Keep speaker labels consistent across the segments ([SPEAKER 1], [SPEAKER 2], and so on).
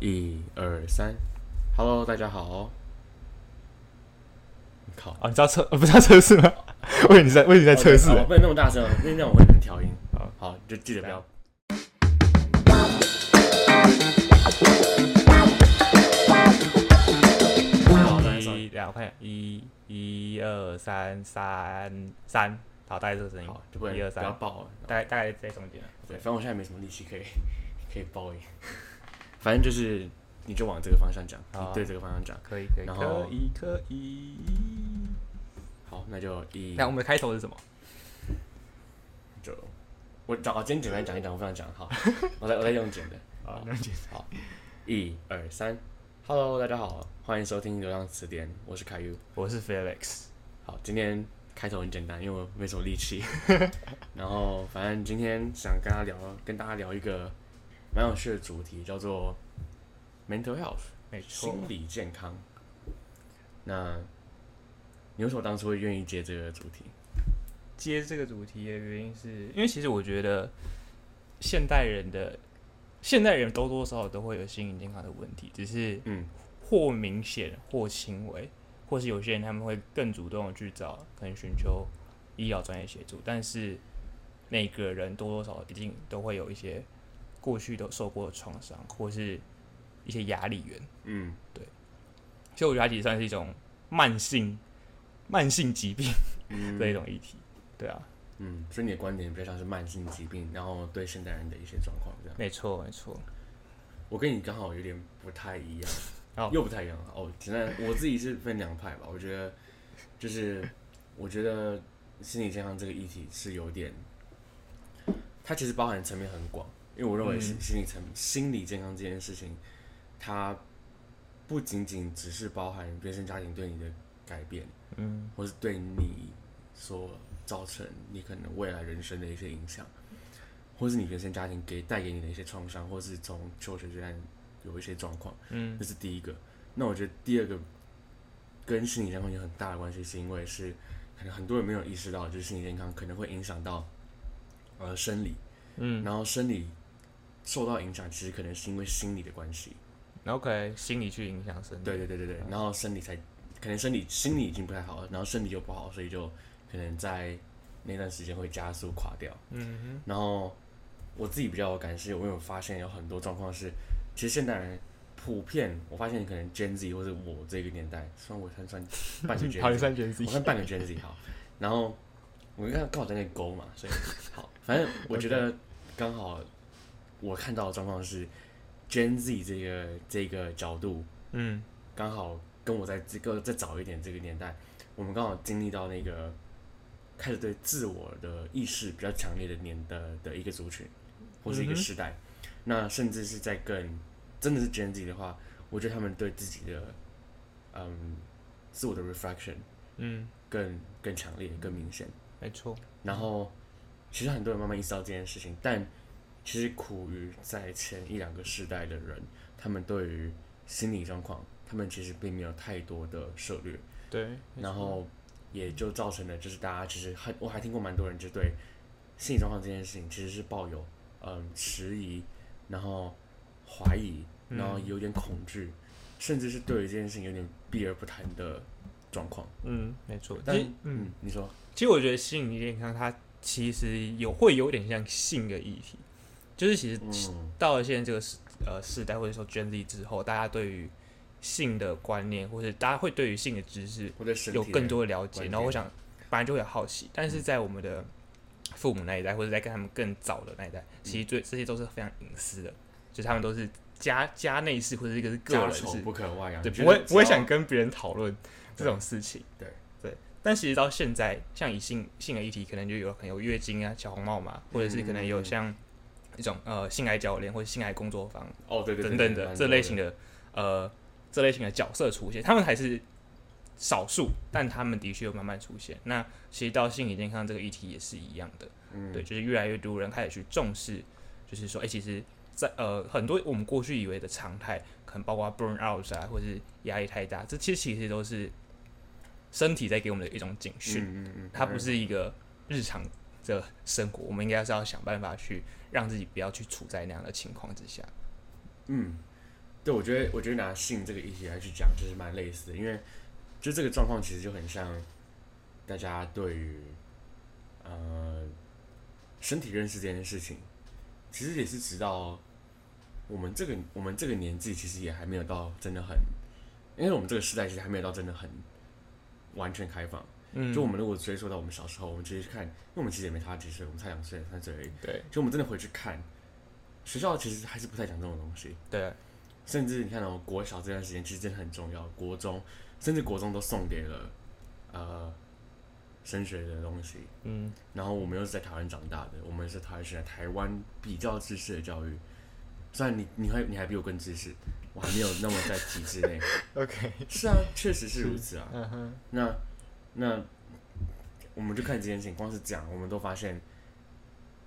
[SPEAKER 1] 一二三，Hello，大家好。靠，
[SPEAKER 2] 哦，你知道测、 哦、不知道测试吗？我以为你在，我以为你在测试、
[SPEAKER 1] 哦对哦不能那么大声，因为那样我会很调音。
[SPEAKER 2] 好，
[SPEAKER 1] 好，就记得不要。好，再来一
[SPEAKER 2] 欸一两，我看一下，一一二三三三，好，大概这个声音
[SPEAKER 1] 好，就不能
[SPEAKER 2] 一二
[SPEAKER 1] 不要
[SPEAKER 2] 三，
[SPEAKER 1] 爆了。
[SPEAKER 2] 大概大概在中间了。
[SPEAKER 1] 对，反正我现在没什么力气可以 可以爆音，反正就是你就往这个方向讲，
[SPEAKER 2] 好啊
[SPEAKER 1] 你对这个方向讲。
[SPEAKER 2] 可以可以
[SPEAKER 1] 然后
[SPEAKER 2] 可以可以。
[SPEAKER 1] 好，那就一
[SPEAKER 2] 那我们的开头是什么？
[SPEAKER 1] 就我讲，我哦今天简单讲一讲，我不想讲。 好，我再我再用简的。
[SPEAKER 2] 啊，那就
[SPEAKER 1] 一二三，Hello，大家好，欢迎收听《流浪词典》，我是凯优。
[SPEAKER 2] 我是 Felix，
[SPEAKER 1] 好，今天开头很简单，因为我没什么力气。 然后，反正今天想跟大家聊，跟大家聊一个蛮有趣的主题，叫做 mental health，
[SPEAKER 2] 没错。
[SPEAKER 1] 心理健康。那你为什么当初会愿意接这个主题？
[SPEAKER 2] 接这个主题的原因是，因为其实我觉得现代人的现代人多多少少都会有心理健康的问题，只是
[SPEAKER 1] 嗯
[SPEAKER 2] 或明显或轻微，或是有些人他们会更主动的去找，可能寻求医疗专业协助，但是每个人多多少少一定都会有一些过去都受过的创伤，或是一些压力源，
[SPEAKER 1] 嗯，
[SPEAKER 2] 所以我觉得它其实算是一种慢性慢性疾病
[SPEAKER 1] 嗯
[SPEAKER 2] 的一种议题，对啊。
[SPEAKER 1] 嗯，所以你的观点比较像是慢性疾病，然后对现代人的一些状况这样。
[SPEAKER 2] 没错，没错。
[SPEAKER 1] 我跟你刚好有点不太一样，
[SPEAKER 2] 哦
[SPEAKER 1] 又不太一样哦。简单，我自己是分两派吧。我觉得就是，我觉得心理健康这个议题是有点，它其实包含层面很广，因为我认为
[SPEAKER 2] 嗯
[SPEAKER 1] 心心理层、心理健康这件事情，它不仅仅只是包含原生家庭对你的改变，
[SPEAKER 2] 嗯，
[SPEAKER 1] 或是对你所造成你可能未来人生的一些影响，或是你原生家庭给带给你的一些创伤，或是从求学阶段有一些状况，
[SPEAKER 2] 嗯，
[SPEAKER 1] 这是第一个。那我觉得第二个跟心理健康有很大的关系，是因为是可能很多人没有意识到，就是心理健康可能会影响到呃生理，
[SPEAKER 2] 嗯
[SPEAKER 1] 然后生理受到影响，其实可能是因为心理的关系。
[SPEAKER 2] ，OK，心理去影响生理，
[SPEAKER 1] 对对对对对，然后生理才可能生理心理已经不太好了，然后身体又不好，所以就可能在那段时间会加速垮掉。
[SPEAKER 2] 嗯
[SPEAKER 1] 然后我自己比较有感是，我有发现有很多状况是，其实现代人普遍，我发现可能 Gen Z 或者我这个年代，算我算算半个 Gen
[SPEAKER 2] 哼，
[SPEAKER 1] Z，
[SPEAKER 2] 好，你算觉得自
[SPEAKER 1] 我
[SPEAKER 2] 己
[SPEAKER 1] 看半个 Gen Z 好，然后我刚刚好在那勾嘛，所以好，反正我觉得刚好我看到的状况是 Gen Z 这个这个角度，
[SPEAKER 2] 嗯
[SPEAKER 1] 刚好跟我在这个再早一点这个年代，我们刚好经历到那个开始对自我的意识比较强烈的年的的一个族群，或是一个
[SPEAKER 2] 嗯哼
[SPEAKER 1] 时代。那甚至是在更真的是 Gen Z 的话，我觉得他们对自己的嗯自我的 reflection
[SPEAKER 2] 嗯，
[SPEAKER 1] 更更强烈、更明显。
[SPEAKER 2] 没错，
[SPEAKER 1] 然后其实很多人慢慢意识到这件事情，但其实苦于在前一两个世代的人，他们对于心理状况，他们其实并没有太多的涉略，
[SPEAKER 2] 对，没
[SPEAKER 1] 然
[SPEAKER 2] 错
[SPEAKER 1] 后也就造成了就是大家其实很，我还听过蛮多人就对心理状况这件事情其实是抱有嗯迟疑，然后怀疑，
[SPEAKER 2] 嗯
[SPEAKER 1] 然后有点恐惧，甚至是对于这件事情有点避而不谈的状况。
[SPEAKER 2] 嗯，没错，
[SPEAKER 1] 但
[SPEAKER 2] 其实嗯，
[SPEAKER 1] 嗯，你说
[SPEAKER 2] 其实我觉得心理健康它其实有会有点像性的议题，就是其实
[SPEAKER 1] 嗯
[SPEAKER 2] 到了现在这个时呃时代或者说 Gen Z 之后，大家对于性的观念，或者大家会对于性的知识
[SPEAKER 1] 我对身体
[SPEAKER 2] 有更
[SPEAKER 1] 的
[SPEAKER 2] 多的了解，
[SPEAKER 1] 观嗯
[SPEAKER 2] 然后我
[SPEAKER 1] 点
[SPEAKER 2] 想本来就会有好奇，但是在我们的父母那一代，或者在跟他们更早的那一代，
[SPEAKER 1] 嗯
[SPEAKER 2] 其实对这些都是非常隐私的，就是他们都是家家内事或者一个是个
[SPEAKER 1] 家
[SPEAKER 2] 人
[SPEAKER 1] 丑
[SPEAKER 2] 事，
[SPEAKER 1] 哦不可外扬，啊
[SPEAKER 2] 对，
[SPEAKER 1] 觉
[SPEAKER 2] 不
[SPEAKER 1] 得
[SPEAKER 2] 会
[SPEAKER 1] 只
[SPEAKER 2] 不会
[SPEAKER 1] 要
[SPEAKER 2] 想跟别人讨论这种事情，
[SPEAKER 1] 对
[SPEAKER 2] 对。但其实到现在，像以性性的议题，可能就有很有月经啊、小红帽嘛，或者是可能有
[SPEAKER 1] 嗯
[SPEAKER 2] 像一种呃性爱教练或者性爱工作坊
[SPEAKER 1] 哦，对对对
[SPEAKER 2] 等等的这类型
[SPEAKER 1] 的，
[SPEAKER 2] 的呃这类型的角色出现，他们还是少数，但他们的确有慢慢出现。那其实到心理健康这个议题也是一样的，
[SPEAKER 1] 嗯
[SPEAKER 2] 对，就是越来越多人开始去重视，就是说，哎、其实在呃很多我们过去以为的常态，可能包括 burn out 啊，或是压力太大，这其实其实都是身体在给我们的一种警讯。
[SPEAKER 1] 嗯嗯嗯，
[SPEAKER 2] 它不
[SPEAKER 1] 嗯
[SPEAKER 2] 是一个日常的生活，我们应该是要想办法去让自己不要去处在那样的情况之下。
[SPEAKER 1] 嗯，对，我觉得我觉得拿性这个议题来去讲，就是蛮类似的，因为就这个状况其实就很像大家对于呃身体认识这件事情，其实也是直到我们这个我们这个年纪，其实也还没有到真的很，因为我们这个时代其实还没有到真的很完全开放。
[SPEAKER 2] 嗯
[SPEAKER 1] 就我们如果追溯到我们小时候，我们直接去看，因为我们其实也没差几岁，我们差两岁、三岁而已。
[SPEAKER 2] 对
[SPEAKER 1] 就我们真的回去看，学校其实还是不太讲这种东西。
[SPEAKER 2] 对，啊
[SPEAKER 1] 甚至你看哦，国小这段时间其实真的很重要，国中甚至国中都送给了呃升学的东西。
[SPEAKER 2] 嗯
[SPEAKER 1] 然后我们又是在台湾长大的，我们是台湾生来台湾比较知识的教育。虽然你你还你还比我更知识，我还没有那么在体制内。
[SPEAKER 2] ，OK，
[SPEAKER 1] 是啊，确实是如此啊。
[SPEAKER 2] 嗯哼，
[SPEAKER 1] 那那我们就看这件事情，光是讲我们都发现，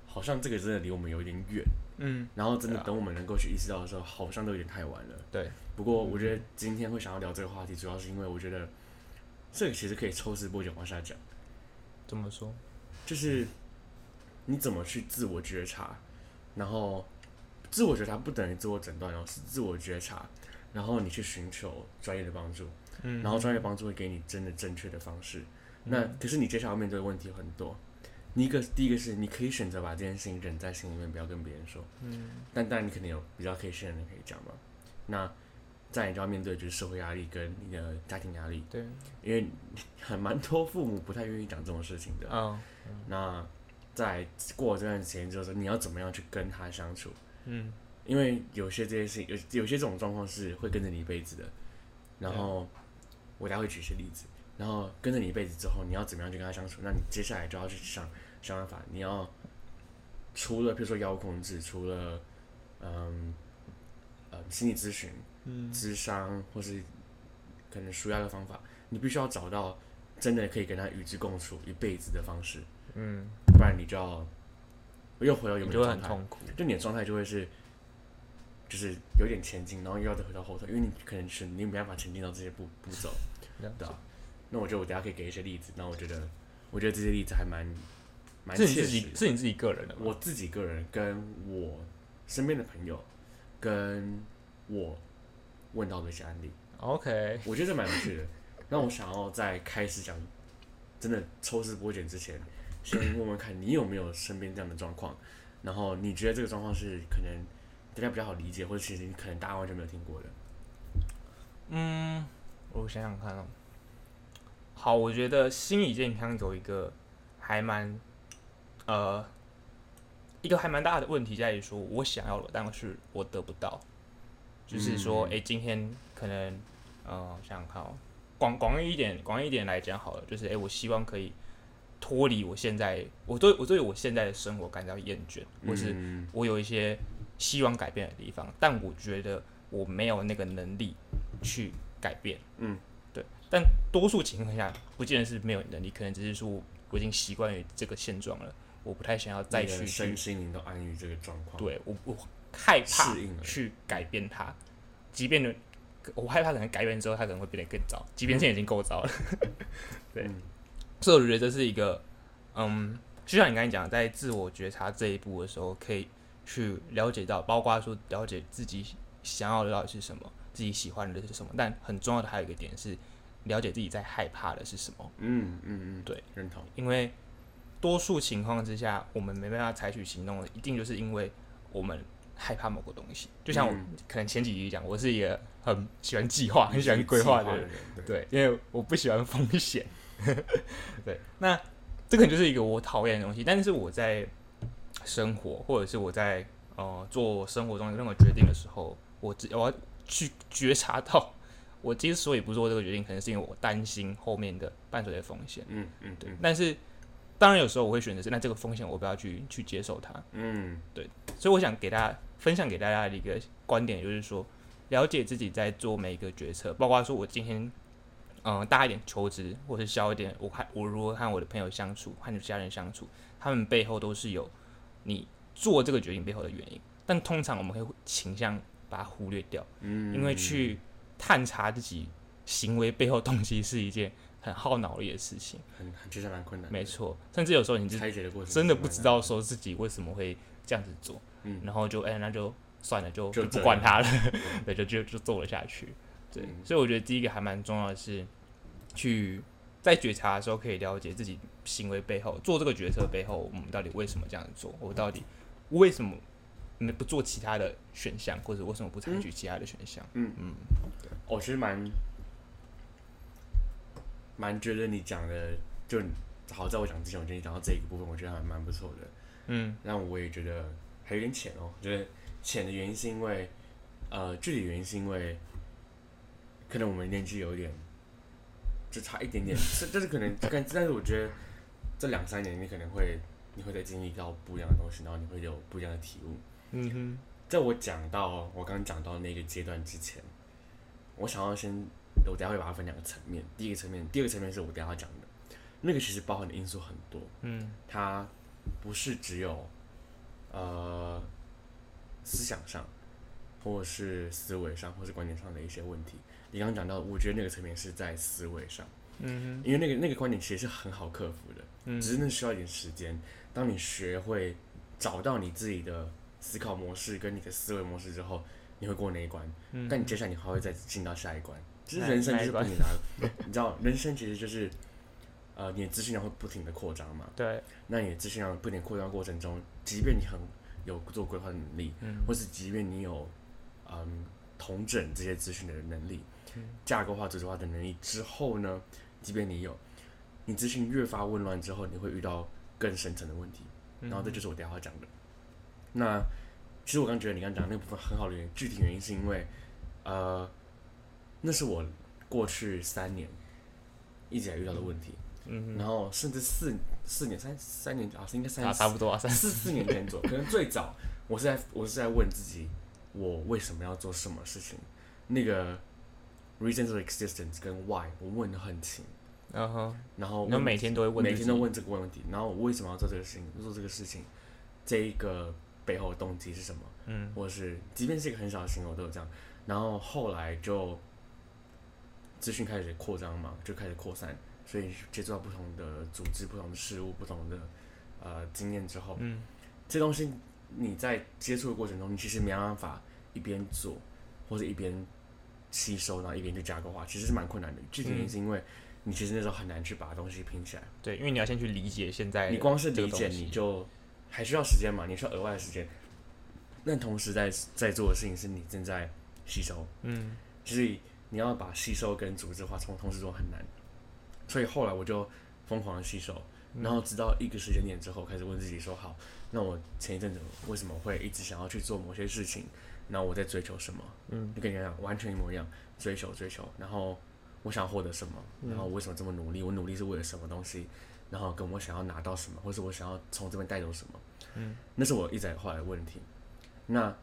[SPEAKER 1] 好像这个真的离我们有一点远。
[SPEAKER 2] 嗯
[SPEAKER 1] 然后真的
[SPEAKER 2] 对啊
[SPEAKER 1] 等我们能够去意识到的时候，好像都有点太晚了。
[SPEAKER 2] 对。
[SPEAKER 1] 不过我觉得今天会想要聊这个话题，主要是因为我觉得这个其实可以抽丝剥茧往下讲，
[SPEAKER 2] 怎么说？
[SPEAKER 1] 就是
[SPEAKER 2] 嗯
[SPEAKER 1] 你怎么去自我觉察，然后自我觉察不等于自我诊断哦，是自我觉察，然后你去寻求专业的帮助，
[SPEAKER 2] 嗯
[SPEAKER 1] 然后专业帮助会给你真的正确的方式。那可是你接下来要面对的问题有很多。你一个第一个是你可以选择把这件事情忍在心里面，不要跟别人说。
[SPEAKER 2] 嗯
[SPEAKER 1] 但当然你肯定有比较可以信任的人可以讲嘛。那再你就要面对就是社会压力跟你的家庭压力，
[SPEAKER 2] 对，
[SPEAKER 1] 因为很蛮多父母不太愿意讲这种事情的。
[SPEAKER 2] 嗯
[SPEAKER 1] 那在过了这段时间之后，你要怎么样去跟他相处？
[SPEAKER 2] 嗯
[SPEAKER 1] 因为有些这些事情，有有些这种状况是会跟着你一辈子的。然
[SPEAKER 2] 啊
[SPEAKER 1] 后我待会举一些例子，然后跟着你一辈子之后，你要怎么样去跟他相处？那你接下来就要去想想办法，你要除了比如说遥控制，除了嗯呃心理咨询、
[SPEAKER 2] 嗯
[SPEAKER 1] 智商或是可能舒压的方法，你必须要找到真的可以跟他与之共处一辈子的方式，
[SPEAKER 2] 嗯，
[SPEAKER 1] 不然你就要又回到原
[SPEAKER 2] 你
[SPEAKER 1] 本
[SPEAKER 2] 就
[SPEAKER 1] 的状
[SPEAKER 2] 会很
[SPEAKER 1] 态。
[SPEAKER 2] 痛苦。
[SPEAKER 1] 就你的状态就会是，就是有点前进，然后又要再回到后退，因为你可能是你没办法前进到这些步步骤，
[SPEAKER 2] 了解
[SPEAKER 1] 对啊。那我觉得我等下可以给一些例子，那我觉得我觉得这些例子还蛮蛮
[SPEAKER 2] 是你
[SPEAKER 1] 切
[SPEAKER 2] 自
[SPEAKER 1] 实
[SPEAKER 2] 己
[SPEAKER 1] 的。
[SPEAKER 2] 是你自己个人的吗？
[SPEAKER 1] 我自己个人跟我身边的朋友，跟我问到的一些案例，
[SPEAKER 2] OK，
[SPEAKER 1] 我觉得这蛮有趣的。那我想要在开始讲真的抽丝剥茧之前，先问问看你有没有身边这样的状况，然后你觉得这个状况是可能大家比较好理解，或者其实你可能大家完全没有听过的。
[SPEAKER 2] 嗯，我想想看哦。好，我觉得心理健康有一个还蛮呃一个还蛮大的问题在于说，我想要了，但是我得不到。就是说，
[SPEAKER 1] 嗯
[SPEAKER 2] 诶，今天可能呃，想想看哦，广广义一点，广义一点来讲好了，就是诶，我希望可以脱离我现在，我对我对我现在的生活感到厌倦，或是
[SPEAKER 1] 嗯
[SPEAKER 2] 我有一些希望改变的地方，但我觉得我没有那个能力去改变。
[SPEAKER 1] 嗯，
[SPEAKER 2] 对。但多数情况下，不见得是没有能力，可能只是说我已经习惯于这个现状了，我不太想要再
[SPEAKER 1] 你的
[SPEAKER 2] 去去
[SPEAKER 1] 身心灵都安于这个状况，，
[SPEAKER 2] 对我我害怕
[SPEAKER 1] 适应了
[SPEAKER 2] 去改变它，即便我害怕可能改变之后，它可能会变得更糟，即便现在已经 够糟了。 对
[SPEAKER 1] 嗯
[SPEAKER 2] 所以我觉得这是一个，嗯，就像你刚才讲，在自我觉察这一步的时候，可以去了解到，包括说了解自己想要的到底是什么，自己喜欢的是什么。但很重要的还有一个点是，了解自己在害怕的是什么。
[SPEAKER 1] 嗯嗯嗯，
[SPEAKER 2] 对，
[SPEAKER 1] 认同，
[SPEAKER 2] 因为多数情况之下，我们没办法采取行动，一定就是因为我们害怕某个东西。就像我、
[SPEAKER 1] 嗯
[SPEAKER 2] 可能前几集讲，我是一个很喜欢计划、很喜欢规划的人，
[SPEAKER 1] 人，对，
[SPEAKER 2] 对，因为我不喜欢风险。 对，那这个就是一个我讨厌的东西。但是我在生活，或者是我在呃做生活中任何决定的时候，我只我要去觉察到，我之所以不做这个决定，可能是因为我担心后面的伴随的风险。
[SPEAKER 1] 嗯嗯
[SPEAKER 2] 对，
[SPEAKER 1] 嗯
[SPEAKER 2] 但是当然有时候我会选择是，那这个风险我不要去去接受它。
[SPEAKER 1] 嗯
[SPEAKER 2] 所以我想给大家分享给大家的一个观点，就是说，了解自己在做每一个决策，包括说我今天，嗯、大一点求职，或是小一点，我看我如何和我的朋友相处，和家人相处，他们背后都是有你做这个决定背后的原因。但通常我们会倾向把它忽略掉，
[SPEAKER 1] 嗯，
[SPEAKER 2] 因为去探查自己行为背后动机是一件很耗脑力的事情。
[SPEAKER 1] 很很其实蛮困难的，
[SPEAKER 2] 没错，甚至有时候你自己
[SPEAKER 1] 拆解的过程
[SPEAKER 2] 真的不
[SPEAKER 1] 是
[SPEAKER 2] 知
[SPEAKER 1] 蛮难
[SPEAKER 2] 道说自己为什么会这样子做，
[SPEAKER 1] 嗯
[SPEAKER 2] 然后就哎、那就算了，就
[SPEAKER 1] 就
[SPEAKER 2] 不
[SPEAKER 1] 这
[SPEAKER 2] 管
[SPEAKER 1] 样
[SPEAKER 2] 他了，对，就就就做了下去。对，
[SPEAKER 1] 嗯
[SPEAKER 2] 所以我觉得第一个还蛮重要的是，去在觉察的时候可以了解自己行为背后做这个决策背后，我们到底为什么这样做？我到底为什么嗯不做其他的选项，或者为什么不采取其他的选项？
[SPEAKER 1] 我其实蛮蛮觉得你讲的，就好在我讲之前，我觉得你讲到这一个部分，我觉得还蛮不错的。
[SPEAKER 2] 嗯
[SPEAKER 1] 那我也觉得还有点浅哦，我觉得浅的原因是因为，呃，具体原因是因为，可能我们年纪有一点，就差一点点，是就是可能，但但是我觉得这两三年你可能会你会再经历到不一样的东西，然后你会有不一样的体悟。
[SPEAKER 2] 嗯哼，
[SPEAKER 1] 在我讲到我刚刚讲到那个阶段之前，我想要先，我等一下会把它分两个层面，第一个层面，第二个层面是我等一下要讲的，那个其实包含的因素很多，
[SPEAKER 2] 嗯
[SPEAKER 1] 它不是只有呃思想上，或是思维上，或是观点上的一些问题。你刚刚讲到，我觉得那个层面是在思维上，
[SPEAKER 2] 嗯
[SPEAKER 1] 因为那个那个观点其实是很好克服的，
[SPEAKER 2] 嗯
[SPEAKER 1] 只是那需要一点时间。当你学会找到你自己的思考模式跟你的思维模式之后，你会过那一关。
[SPEAKER 2] 嗯
[SPEAKER 1] 但你接下来你还会再进到下一关，其实
[SPEAKER 2] 哪
[SPEAKER 1] 人生
[SPEAKER 2] 哪
[SPEAKER 1] 就
[SPEAKER 2] 一
[SPEAKER 1] 是不
[SPEAKER 2] 关
[SPEAKER 1] 停的啊， 你知道，人生其实就是，呃，你的资讯量会不停的扩张嘛。
[SPEAKER 2] 对，
[SPEAKER 1] 那你的资讯量不停扩张过程中，即便你很有做规划的能力，
[SPEAKER 2] 嗯
[SPEAKER 1] 或是即便你有嗯统整这些资讯的能力
[SPEAKER 2] 嗯、
[SPEAKER 1] 架构化、组织化的能力之后呢，即便你有，你资讯越发混乱之后，你会遇到更深层的问题。
[SPEAKER 2] 嗯
[SPEAKER 1] 然后这就是我等一下要讲的。那其实我刚觉得你刚讲的那部分很好的原因，具体原因是因为，呃，那是我过去三年一直在遇到的问题，
[SPEAKER 2] 嗯
[SPEAKER 1] 然后甚至四四年三三年啊，应该
[SPEAKER 2] 哼，
[SPEAKER 1] 三
[SPEAKER 2] 差差不多啊，三
[SPEAKER 1] 四四年前左右，可能最早我是在我是在问自己，我为什么要做什么事情，那个 reason for existence 跟 why 我问的很清，
[SPEAKER 2] 嗯哼，
[SPEAKER 1] 然后
[SPEAKER 2] 你
[SPEAKER 1] 哦
[SPEAKER 2] 们
[SPEAKER 1] 问
[SPEAKER 2] 每天都会问自
[SPEAKER 1] 每
[SPEAKER 2] 己，
[SPEAKER 1] 天都问这个问题，然后我为什么要做这个事情？做这个事情，这一个背后的动机是什么？
[SPEAKER 2] 嗯，
[SPEAKER 1] 或是即便是一个很小的行为，我都有这样。然后后来就资讯开始扩张嘛，就开始扩散，所以接触到不同的组织、不同的事物、不同的呃经验之后，
[SPEAKER 2] 嗯
[SPEAKER 1] 这东西你在接触的过程中，你其实没办法一边做或者一边吸收，然后一边去架构化，其实是蛮困难的。具体原
[SPEAKER 2] 嗯
[SPEAKER 1] 因是因为你其实那时候很难去把东西拼起来。
[SPEAKER 2] 对，因为你要先去理解现在
[SPEAKER 1] 你光是
[SPEAKER 2] 这个
[SPEAKER 1] 理解
[SPEAKER 2] 东西
[SPEAKER 1] 你就还需要时间嘛，你需要额外的时间。那同时在在做的事情是你正在吸收，
[SPEAKER 2] 嗯
[SPEAKER 1] 所以你要把吸收跟组织化从同时做很难。所以后来我就疯狂的吸收，
[SPEAKER 2] 嗯
[SPEAKER 1] 然后直到一个时间点之后，开始问自己说：好，那我前一阵子为什么会一直想要去做某些事情？那我在追求什么？
[SPEAKER 2] 嗯
[SPEAKER 1] 就跟你讲完全一模一样，追求追求，然后我想获得什么，
[SPEAKER 2] 嗯
[SPEAKER 1] 然后我为什么这么努力，我努力是为了什么东西，然后跟我想要拿到什么，或是我想要从这边带走什么，
[SPEAKER 2] 嗯，
[SPEAKER 1] 那是我一直后来的问题。那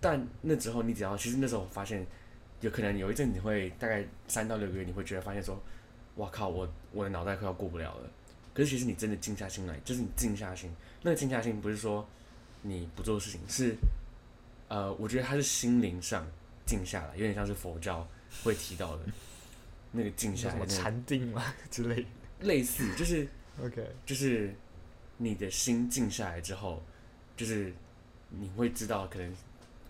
[SPEAKER 1] 但那之后，你只要其实那时候我发现，有可能有一阵你会大概三到六个月，你会觉得发现说，哇靠，我我的脑袋快要过不了了。可是其实你真的静下心来，就是你静下心，那个静下心不是说你不做事情，是呃，我觉得它是心灵上静下来，有点像是佛教会提到的那个静下
[SPEAKER 2] 什
[SPEAKER 1] 来
[SPEAKER 2] 么
[SPEAKER 1] 的那个，
[SPEAKER 2] 禅定嘛之类的
[SPEAKER 1] 类似就是
[SPEAKER 2] ，OK，
[SPEAKER 1] 就是你的心静下来之后，就是你会知道，可能譬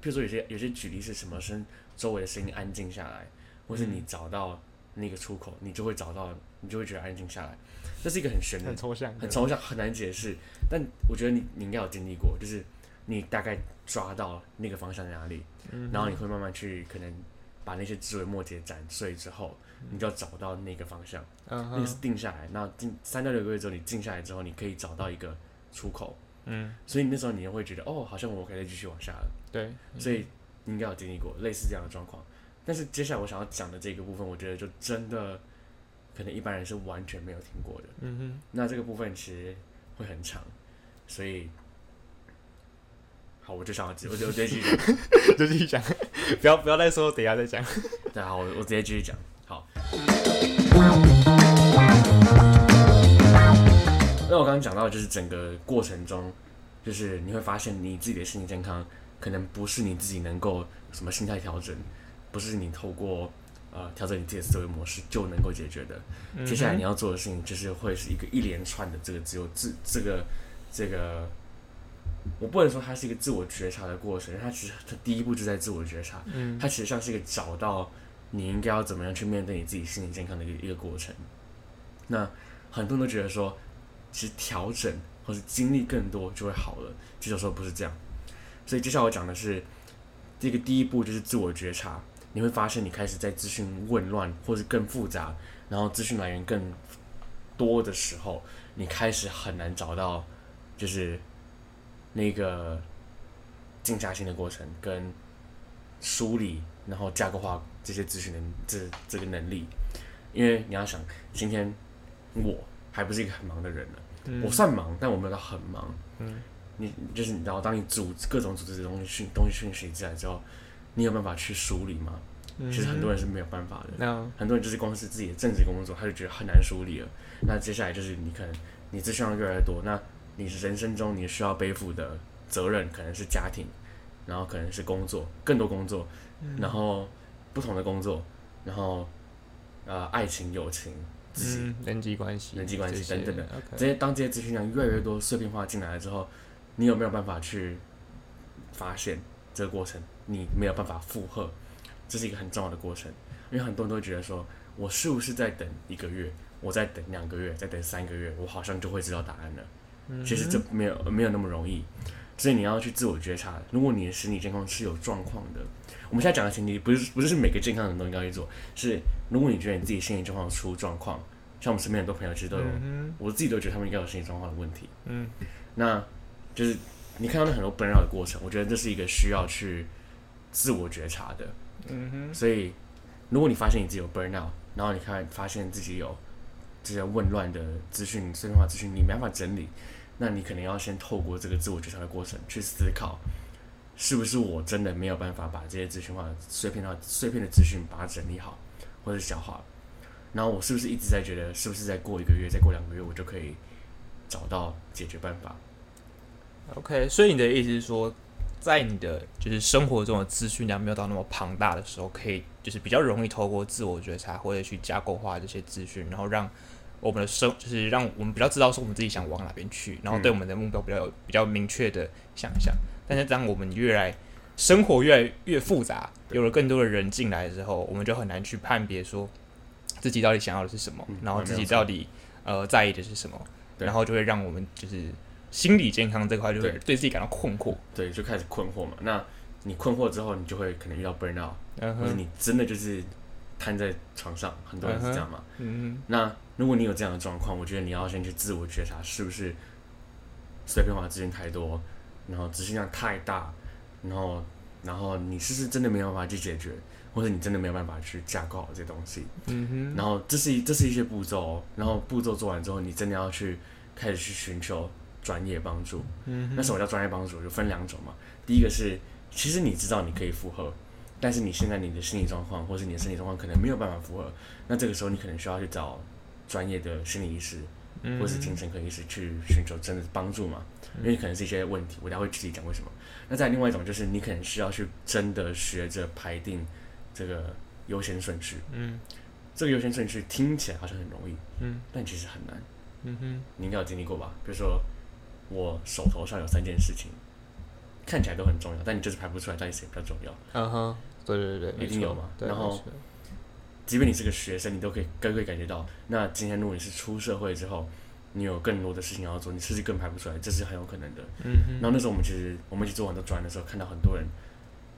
[SPEAKER 1] 如说有些有些举例是什么声，周围的声音安静下来，或是你
[SPEAKER 2] 嗯
[SPEAKER 1] 找到那个出口，你就会找到，你就会觉得安静下来。这是一个很玄的
[SPEAKER 2] 很抽象的，
[SPEAKER 1] 很抽象，很难解释。但我觉得你你应该有经历过，就是你大概抓到那个方向在哪里，
[SPEAKER 2] 嗯哼
[SPEAKER 1] 然后你会慢慢去可能把那些枝微末节斩碎之后，你就要找到那个方向，
[SPEAKER 2] 嗯
[SPEAKER 1] 那个是
[SPEAKER 2] 哼，
[SPEAKER 1] 定下来。那定三到六个月之后，你静下来之后，你可以找到一个出口，
[SPEAKER 2] 嗯，
[SPEAKER 1] 所以你那时候你就会觉得哦，好像我可以再继续往下了。
[SPEAKER 2] 对，
[SPEAKER 1] 所以你应该有经历过类似这样的状况。但是接下来我想要讲的这个部分，我觉得就真的可能一般人是完全没有听过的。
[SPEAKER 2] 嗯哼，
[SPEAKER 1] 那这个部分其实会很长，所以好，我就想要直，我就我直接继续讲。
[SPEAKER 2] 就继续讲，不要不要再说，等一下再讲。
[SPEAKER 1] 对，好，我我直接继续讲。好，那我刚刚讲到，就是整个过程中，就是你会发现你自己的心理健康，可能不是你自己能够什么心态调整，不是你透过呃调整你自己的思维模式就能够解决的。接下来你
[SPEAKER 2] 要
[SPEAKER 1] 要做的事情就是会是一个一连串的这个只有这这个这个我不能说它是一个自我觉察的过程，它其实它第一步就在自我觉察，
[SPEAKER 2] 嗯
[SPEAKER 1] 它其实像是一个找到你应该要怎么样去面对你自己心理健康的一个一个过程。那很多人都觉得说，其实调整或是经历更多就会好了，其实有时候不是这样。所以接下来我讲的是，这个第一步就是自我觉察，你会发现你开始在资讯混乱或是更复杂，然后资讯来源更多的时候，你开始很难找到就是那个静下心的过程跟梳理，然后架构化这些资讯的这这个能力。因为你要想，今天我还不是一个很忙的人呢，我算忙，但我没有到很忙。
[SPEAKER 2] 嗯，
[SPEAKER 1] 你就是你知道，当你组各种组织的东西讯东西讯息进来之后，你有办法去梳理吗？
[SPEAKER 2] 嗯
[SPEAKER 1] 其实很多人是没有办法的。
[SPEAKER 2] 那
[SPEAKER 1] 很多人就是光是自己的正职工作，他就觉得很难梳理了。那接下来就是你可能你资讯量越来越多，那你人生中你需要背负的责任可能是家庭，然后可能是工作，更多工作，然后不同的工作，然后呃爱情、友情、自己、
[SPEAKER 2] 嗯人际关系、
[SPEAKER 1] 人际关系
[SPEAKER 2] 这些
[SPEAKER 1] 等等的
[SPEAKER 2] OK，
[SPEAKER 1] 这些当这些资讯量越来越多碎片化进来之后，你有没有办法去发现这个过程？你没有办法负荷，这是一个很重要的过程，因为很多人都会觉得说，我是不是在等一个月，我在等两个月，再等三个月，我好像就会知道答案了。
[SPEAKER 2] 嗯
[SPEAKER 1] 其实这没有没有那么容易，所以你要去自我觉察。如果你的身体健康是有状况的，我们现在讲的前提不是不是每个健康的人都应该去做，是如果你觉得你自己心理状况出状况，像我们身边很多朋友其实都有
[SPEAKER 2] 嗯
[SPEAKER 1] 我自己都觉得他们应该有心理状况的问题。
[SPEAKER 2] 哼嗯
[SPEAKER 1] 那就是你看到那很多 burnout 的过程，我觉得这是一个需要去自我觉察的。
[SPEAKER 2] 嗯哼
[SPEAKER 1] 所以，如果你发现你自己有 burnout，然后你看发现自己有这些混乱的资讯、碎片化资讯，你没办法整理，那你可能要先透过这个自我觉察的过程去思考，是不是我真的没有办法把这些资讯化、碎片化、碎片的资讯把它整理好，或者消化。然后我是不是一直在觉得，是不是再过一个月、再过两个月，我就可以找到解决办法？
[SPEAKER 2] ，OK，所以你的意思是说，在你的就是生活中的资讯量没有到那么庞大的时候，可以就是比较容易透过自我觉察或者去架构化这些资讯，然后让我们的生就是让我们比较知道说我们自己想往哪边去，然后对我们的目标比较有比较明确的想象。但是当我们越来生活越来越复杂，有了更多的人进来之后，我们就很难去判别说自己到底想要的是什么，
[SPEAKER 1] 嗯
[SPEAKER 2] 然后自
[SPEAKER 1] 没
[SPEAKER 2] 己
[SPEAKER 1] 有错
[SPEAKER 2] 到底呃在意的是什么，
[SPEAKER 1] 对
[SPEAKER 2] 然后就会让我们就是心理健康这块就会
[SPEAKER 1] 对
[SPEAKER 2] 对自己感到困惑。
[SPEAKER 1] 对，就开始困惑嘛。那你困惑之后，你就会可能遇到 burnout，
[SPEAKER 2] 嗯
[SPEAKER 1] 或者
[SPEAKER 2] 哼，
[SPEAKER 1] 你真的就是瘫在床上，很多人是这样嘛。
[SPEAKER 2] 嗯
[SPEAKER 1] 那如果你有这样的状况，我觉得你要先去自我觉察，是不是碎片化资讯太多，然后资讯量太大，然后然后你是不是真的没有办法去解决，或者你真的没有办法去架构好这些东西？
[SPEAKER 2] 哼，嗯
[SPEAKER 1] 然后这是一这是一些步骤、哦，然后步骤做完之后，你真的要去开始去寻求专业帮助。
[SPEAKER 2] 哼，嗯哼，
[SPEAKER 1] 那什么叫专业帮助？就分两种嘛。第一个是，其实你知道你可以负荷，但是你现在你的心理状况或是你的身体状况可能没有办法负荷，那这个时候你可能需要去找专业的心理医师
[SPEAKER 2] 嗯
[SPEAKER 1] 或是精神科医师去寻求真的帮助嘛，因为可能是一些问题，我待会具体讲为什么。那再另外一种就是你可能需要去真的学着排定这个优先顺序，
[SPEAKER 2] 嗯
[SPEAKER 1] 这个优先顺序听起来好像很容易，
[SPEAKER 2] 嗯，
[SPEAKER 1] 但其实很难。
[SPEAKER 2] 嗯哼，
[SPEAKER 1] 你应该有经历过吧？比如说，我手头上有三件事情，看起来都很重要，但你就是排不出来到底谁比较重要。
[SPEAKER 2] 嗯哼，对对对，没
[SPEAKER 1] 一定
[SPEAKER 2] 错
[SPEAKER 1] 有嘛
[SPEAKER 2] 对
[SPEAKER 1] 然后
[SPEAKER 2] 没错
[SPEAKER 1] 即便你是个学生，你都可以都可以感觉到。那今天如果你是出社会之后，你有更多的事情要做，你甚至更排不出来，这是很有可能的。
[SPEAKER 2] 嗯哼，
[SPEAKER 1] 然后那时候我们其实我们一起做很多专案的时候，看到很多人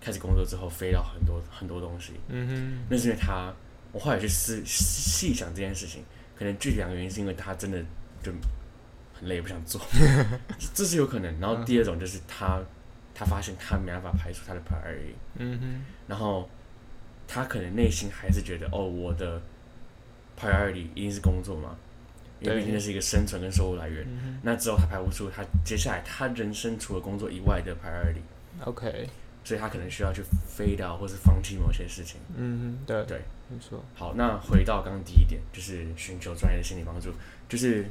[SPEAKER 1] 开始工作之后飞到很多很多东西，
[SPEAKER 2] 嗯哼，
[SPEAKER 1] 那是因为他，我后来去思细细想这件事情，可能具体两个原因是因为他真的就很累，不想做，这这是有可能。然后第二种就是他，他发现他没办法排除他的 priority，
[SPEAKER 2] 嗯哼，
[SPEAKER 1] 然后他可能内心还是觉得哦，我的 priority 一定是工作嘛，因为
[SPEAKER 2] 对
[SPEAKER 1] 毕竟这是一个生存跟收入来源。
[SPEAKER 2] 嗯
[SPEAKER 1] 那之后他排不出他接下来他人生除了工作以外的 priority，
[SPEAKER 2] 哼，OK，
[SPEAKER 1] 所以他可能需要去飞掉或是放弃某些事情。
[SPEAKER 2] 嗯哼，对
[SPEAKER 1] 对，
[SPEAKER 2] 没错，
[SPEAKER 1] 好，那回到刚刚第一点，就是寻求专业的心理帮助，就是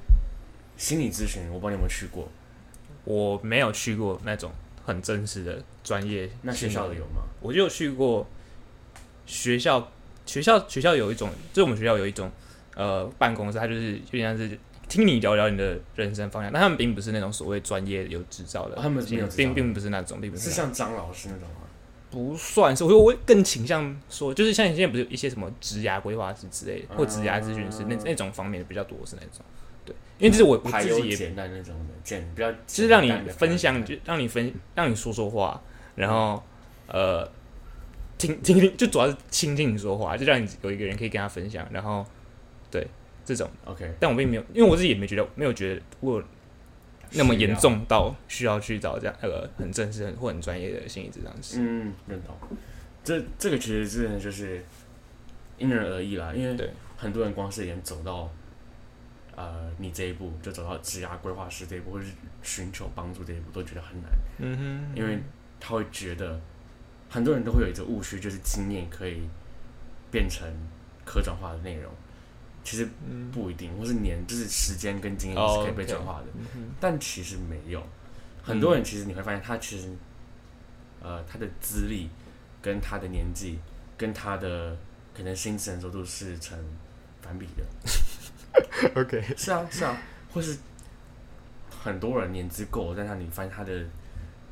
[SPEAKER 1] 心理咨询，我不知道你有没有去过，
[SPEAKER 2] 我没有去过那种很正式的专业，
[SPEAKER 1] 那学校的有吗？
[SPEAKER 2] 我就有去过学校，学校学校有一种，就是我们学校有一种呃办公室，它就是有点像是听你聊聊你的人生方向，但他们并不是那种所谓专业有执照的
[SPEAKER 1] 哦
[SPEAKER 2] 心理，
[SPEAKER 1] 他们没有执照
[SPEAKER 2] 并并不是那种，并不
[SPEAKER 1] 是啊
[SPEAKER 2] 是那种
[SPEAKER 1] 像张老师那种吗？
[SPEAKER 2] 不算是，我我会更倾向说，就是像你现在不是有一些什么职涯规划师之类
[SPEAKER 1] 啊
[SPEAKER 2] 的，或职涯咨询师那
[SPEAKER 1] 嗯
[SPEAKER 2] 那种方面的比较多是那种，对，因为这是我我
[SPEAKER 1] 排
[SPEAKER 2] 自
[SPEAKER 1] 忧
[SPEAKER 2] 己也
[SPEAKER 1] 简单那种的，简比较
[SPEAKER 2] 就是让
[SPEAKER 1] 简单
[SPEAKER 2] 你
[SPEAKER 1] 的
[SPEAKER 2] 分享，就让你分让你说说话，然后呃，听听就主要是倾听你说话，就让你有一个人可以跟他分享，然后对这种，
[SPEAKER 1] OK，
[SPEAKER 2] 但我并没有，因为我自己也没觉得没有觉得我那么严重到需要去找这样呃很正式很或很专业的心理治疗师。
[SPEAKER 1] 嗯，认同。这这个其实真的就是因人而异啦，因为
[SPEAKER 2] 对
[SPEAKER 1] 很多人光是已经走到呃你这一步，就走到职涯规划师这一步，或是寻求帮助这一步，都觉得很难，
[SPEAKER 2] 嗯哼
[SPEAKER 1] 因为他会觉得很多人都会有一个误区，就是经验可以变成可转化的内容，其实
[SPEAKER 2] 嗯
[SPEAKER 1] 不一定，或是年就是时间跟经验
[SPEAKER 2] 哦
[SPEAKER 1] 是可以被
[SPEAKER 2] OK
[SPEAKER 1] 转化的。
[SPEAKER 2] 嗯哼
[SPEAKER 1] 但其实没有。很多
[SPEAKER 2] 嗯
[SPEAKER 1] 人其实你会发现，他其实，呃，他的资历、跟他的年纪、跟他的可能心智成熟度是成反比的。
[SPEAKER 2] OK，
[SPEAKER 1] 是啊，是啊，或是很多人年资够，但他你发现他的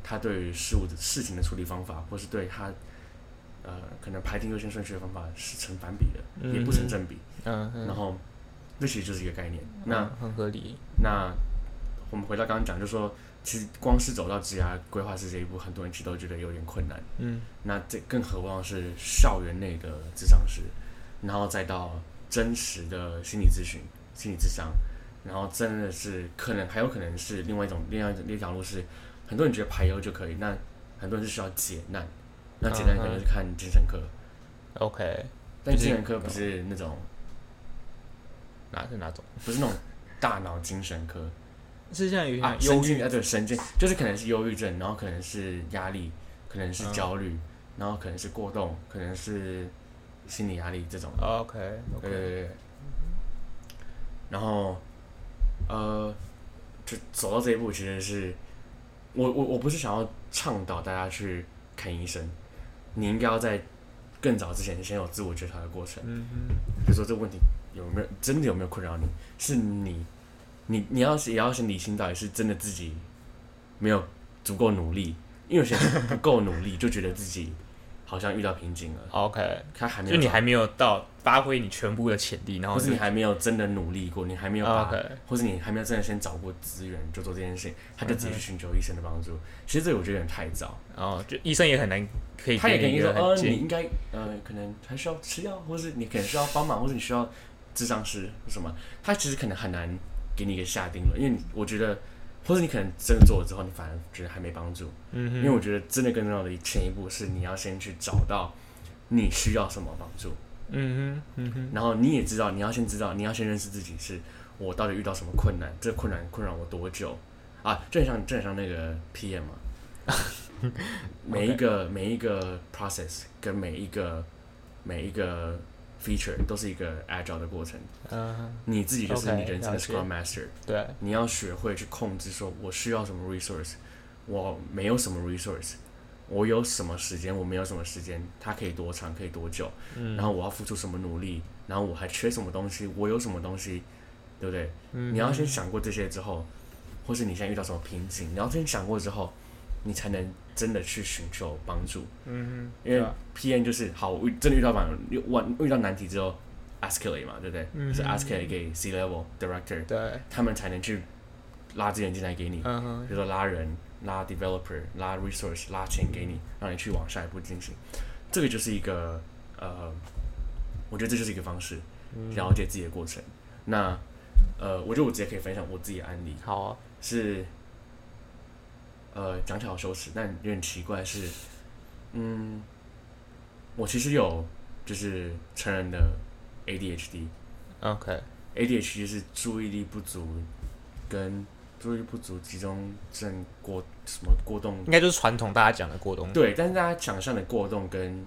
[SPEAKER 1] 他对于事物的事情的处理方法，或是对他呃可能排定优先顺序的方法是成反比的，也不成正比。
[SPEAKER 2] 嗯哼，
[SPEAKER 1] 然后，这其实就是一个概念。那
[SPEAKER 2] 嗯很合理，
[SPEAKER 1] 那我们回到刚刚讲，就说其实光是走到职涯规划师这一步，很多人其实都觉得有点困难。
[SPEAKER 2] 嗯
[SPEAKER 1] 那这更何况是校园内的智商师，然后再到真实的心理咨询、心理智商，然后真的是可能还有可能是另外一种另外一种另一条路是，很多人觉得排忧就可以，那很多人是需要解难，那解难可能是看精神科，
[SPEAKER 2] ，OK，
[SPEAKER 1] 但
[SPEAKER 2] 嗯就是
[SPEAKER 1] 精神科不是那种
[SPEAKER 2] 哪是哪种？
[SPEAKER 1] 不是那种大脑精神科，
[SPEAKER 2] 是像 有
[SPEAKER 1] 啊
[SPEAKER 2] 点，
[SPEAKER 1] 神
[SPEAKER 2] 忧郁
[SPEAKER 1] 经啊，对，神经就是可能是忧郁症，然后可能是压力，可能
[SPEAKER 2] 嗯
[SPEAKER 1] 是焦虑，然后可能是过动，可能是心理压力这种。
[SPEAKER 2] ，OK
[SPEAKER 1] 对
[SPEAKER 2] OK，
[SPEAKER 1] 对对对。然后，呃，就走到这一步，其实是我我我不是想要倡导大家去看医生，你应该要在更早之前先有自我觉察的过程。
[SPEAKER 2] 嗯哼。
[SPEAKER 1] 比如说这个问题有没有真的有没有困扰你？是你，你你要是也要先理清到底是真的自己没有足够努力，因为有些人不够努力就觉得自己好像遇到瓶颈了，
[SPEAKER 2] OK，
[SPEAKER 1] 他还没
[SPEAKER 2] 就
[SPEAKER 1] 有
[SPEAKER 2] 你
[SPEAKER 1] 找，
[SPEAKER 2] 还没有到发挥你全部的潜力，然后
[SPEAKER 1] 或是
[SPEAKER 2] 就
[SPEAKER 1] 你还没有真的努力过，你还没有把，
[SPEAKER 2] OK，
[SPEAKER 1] 或是你还没有真的先找过资源就做这件事情，他就直接去寻求医生的帮助。其实这个我觉得有点太早，
[SPEAKER 2] 然后就医生也很难可以
[SPEAKER 1] 他也可
[SPEAKER 2] 给你
[SPEAKER 1] 以
[SPEAKER 2] 一
[SPEAKER 1] 说，
[SPEAKER 2] 个
[SPEAKER 1] 呃，
[SPEAKER 2] 很
[SPEAKER 1] 你
[SPEAKER 2] 建议
[SPEAKER 1] 应该呃，可能还需要吃药，或是你可能需要帮忙，或者你需要智商师什么，他其实可能很难给你一个下定论，因为你我觉得，或者你可能真的做了之后，你反而觉得还没帮助，
[SPEAKER 2] 嗯
[SPEAKER 1] 因为我觉得真的更重要的前一步是你要先去找到你需要什么帮助，
[SPEAKER 2] 嗯哼嗯哼
[SPEAKER 1] 然后你也知道，你要先知道，你要先认识自己是我到底遇到什么困难，这困难困扰我多久啊？就很像就很像那个 PM 嘛， 每一个每一个 process 跟每一个每一个 feature 都是一个 agile 的过程，
[SPEAKER 2] 嗯，
[SPEAKER 1] 你自己就是你
[SPEAKER 2] OK，
[SPEAKER 1] 人生的
[SPEAKER 2] 了解
[SPEAKER 1] scrum master，
[SPEAKER 2] 对，
[SPEAKER 1] 你要学会去控制，说我需要什么 resource，我没有什么 resource。我有什么时间？我没有什么时间，它可以多长，可以多久？
[SPEAKER 2] 嗯，
[SPEAKER 1] 然后我要付出什么努力，然后我还缺什么东西，我有什么东西，对不对？
[SPEAKER 2] 嗯
[SPEAKER 1] 你要先想过这些之后，或是你现在遇到什么瓶颈，你要先想过之后，你才能真的去寻求帮助。
[SPEAKER 2] 嗯哼，
[SPEAKER 1] 因为
[SPEAKER 2] 对啊
[SPEAKER 1] PM 就是好，我真的遇到反遇遇到难题之后，escalate 嘛，对不对？
[SPEAKER 2] 嗯
[SPEAKER 1] 是 escalate 给 C level director，
[SPEAKER 2] 对，
[SPEAKER 1] 他们才能去拉资源进来给你，
[SPEAKER 2] 嗯哼
[SPEAKER 1] 比如说拉人、拉 developer、拉 resource、拉钱给你，让你去往下一步进行。这个就是一个呃，我觉得这就是一个方式，
[SPEAKER 2] 嗯，
[SPEAKER 1] 了解自己的过程。那呃，我觉得我直接可以分享我自己的案例
[SPEAKER 2] 好啊，
[SPEAKER 1] 是，呃，讲起来好羞耻，但有点奇怪是，嗯，我其实有就是成人的 ADHD，
[SPEAKER 2] OK，
[SPEAKER 1] ADHD 是注意力不足跟注意力不足集中症过什么过动，
[SPEAKER 2] 应该就是传统大家讲的过冬，
[SPEAKER 1] 对，但是大家想象的过动跟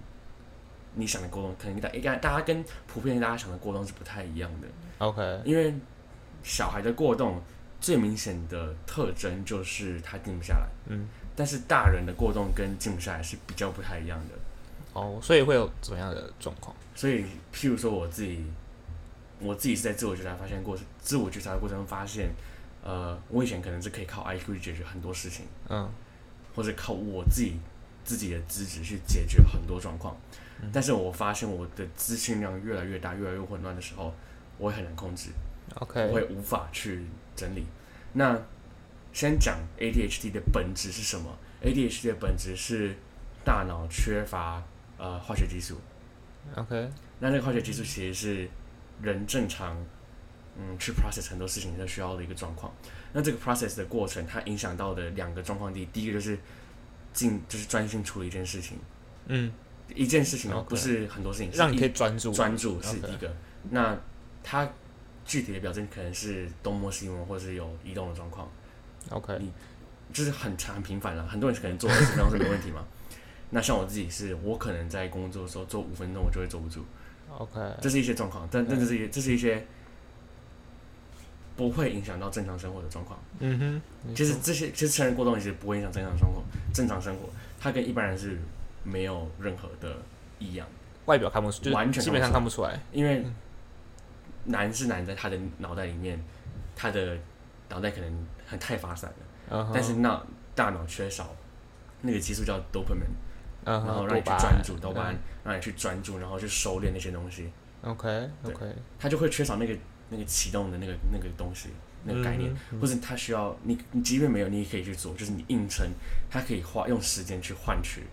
[SPEAKER 1] 你想的过动，可能大应该大家跟普遍大家想的过动是不太一样的，
[SPEAKER 2] ，OK，
[SPEAKER 1] 因为小孩的过动最明显的特征就是他静不下来，
[SPEAKER 2] 嗯，
[SPEAKER 1] 但是大人的过动跟静不下来是比较不太一样的，
[SPEAKER 2] 哦，所以会有怎么样的状况？
[SPEAKER 1] 所以譬如说我自己，我自己是在自我觉察发现过程，自我觉察的过程中发现，呃，我以前可能是可以靠 IQ 去解决很多事情，
[SPEAKER 2] 嗯，
[SPEAKER 1] 或者靠我自己自己的资质去解决很多状况。但是我发现我的资讯量越来越大，越来越混乱的时候，我会很难控制，我
[SPEAKER 2] ，OK，
[SPEAKER 1] 会无法去整理。那先讲 ADHD 的本质是什么？ADHD 的本质是大脑缺乏呃化学激素，
[SPEAKER 2] ，OK，
[SPEAKER 1] 那这个化学激素其实是人正常，嗯，去 process 很多事情都需要的一个状况。那这个 process 的过程，它影响到的两个状况，第一，第一个就是进，就是专心处理一件事情，
[SPEAKER 2] 嗯，
[SPEAKER 1] 一件事情哦
[SPEAKER 2] OK
[SPEAKER 1] 不是很多事情，是
[SPEAKER 2] 让你
[SPEAKER 1] 一
[SPEAKER 2] 可以哦专注，
[SPEAKER 1] 专注
[SPEAKER 2] OK
[SPEAKER 1] 是一个。那它具体的表现可能是东摸西摸，或是有移动的状况，
[SPEAKER 2] ，OK，
[SPEAKER 1] 就是很长很频繁了。很多人可能做二十分钟是没问题嘛。那像我自己是，我可能在工作的时候做五分钟，我就会坐不住。
[SPEAKER 2] OK，
[SPEAKER 1] 这是一些状况，但
[SPEAKER 2] 嗯
[SPEAKER 1] 但这是一这是一些不会影响到正常生活的状况。
[SPEAKER 2] 嗯哼，你
[SPEAKER 1] 其实
[SPEAKER 2] 说
[SPEAKER 1] 这些其实成人过动其实不会影响正常生活，正常生活它跟一般人是没有任何的异样，
[SPEAKER 2] 外表看不出，就是
[SPEAKER 1] 完全
[SPEAKER 2] 基本上
[SPEAKER 1] 看
[SPEAKER 2] 看不出来，
[SPEAKER 1] 因为
[SPEAKER 2] 嗯
[SPEAKER 1] 难是难在他的脑袋里面，他的脑袋可能很太发散了，
[SPEAKER 2] 嗯哼，
[SPEAKER 1] 但是那大脑缺少那个激素叫 dopamine，
[SPEAKER 2] 嗯
[SPEAKER 1] 然
[SPEAKER 2] 哼，
[SPEAKER 1] 后让你去
[SPEAKER 2] 多巴
[SPEAKER 1] 专
[SPEAKER 2] 胺
[SPEAKER 1] 注 dopamine，让你去专注，然后去收敛那些东西。
[SPEAKER 2] 嗯，OK OK，
[SPEAKER 1] 它就会缺少那个那个启动的那个那个东西那个概念，
[SPEAKER 2] 嗯哼，
[SPEAKER 1] 或者它需要你你即便没有，你也可以去做，就是你硬撑，它可以花用时间去换取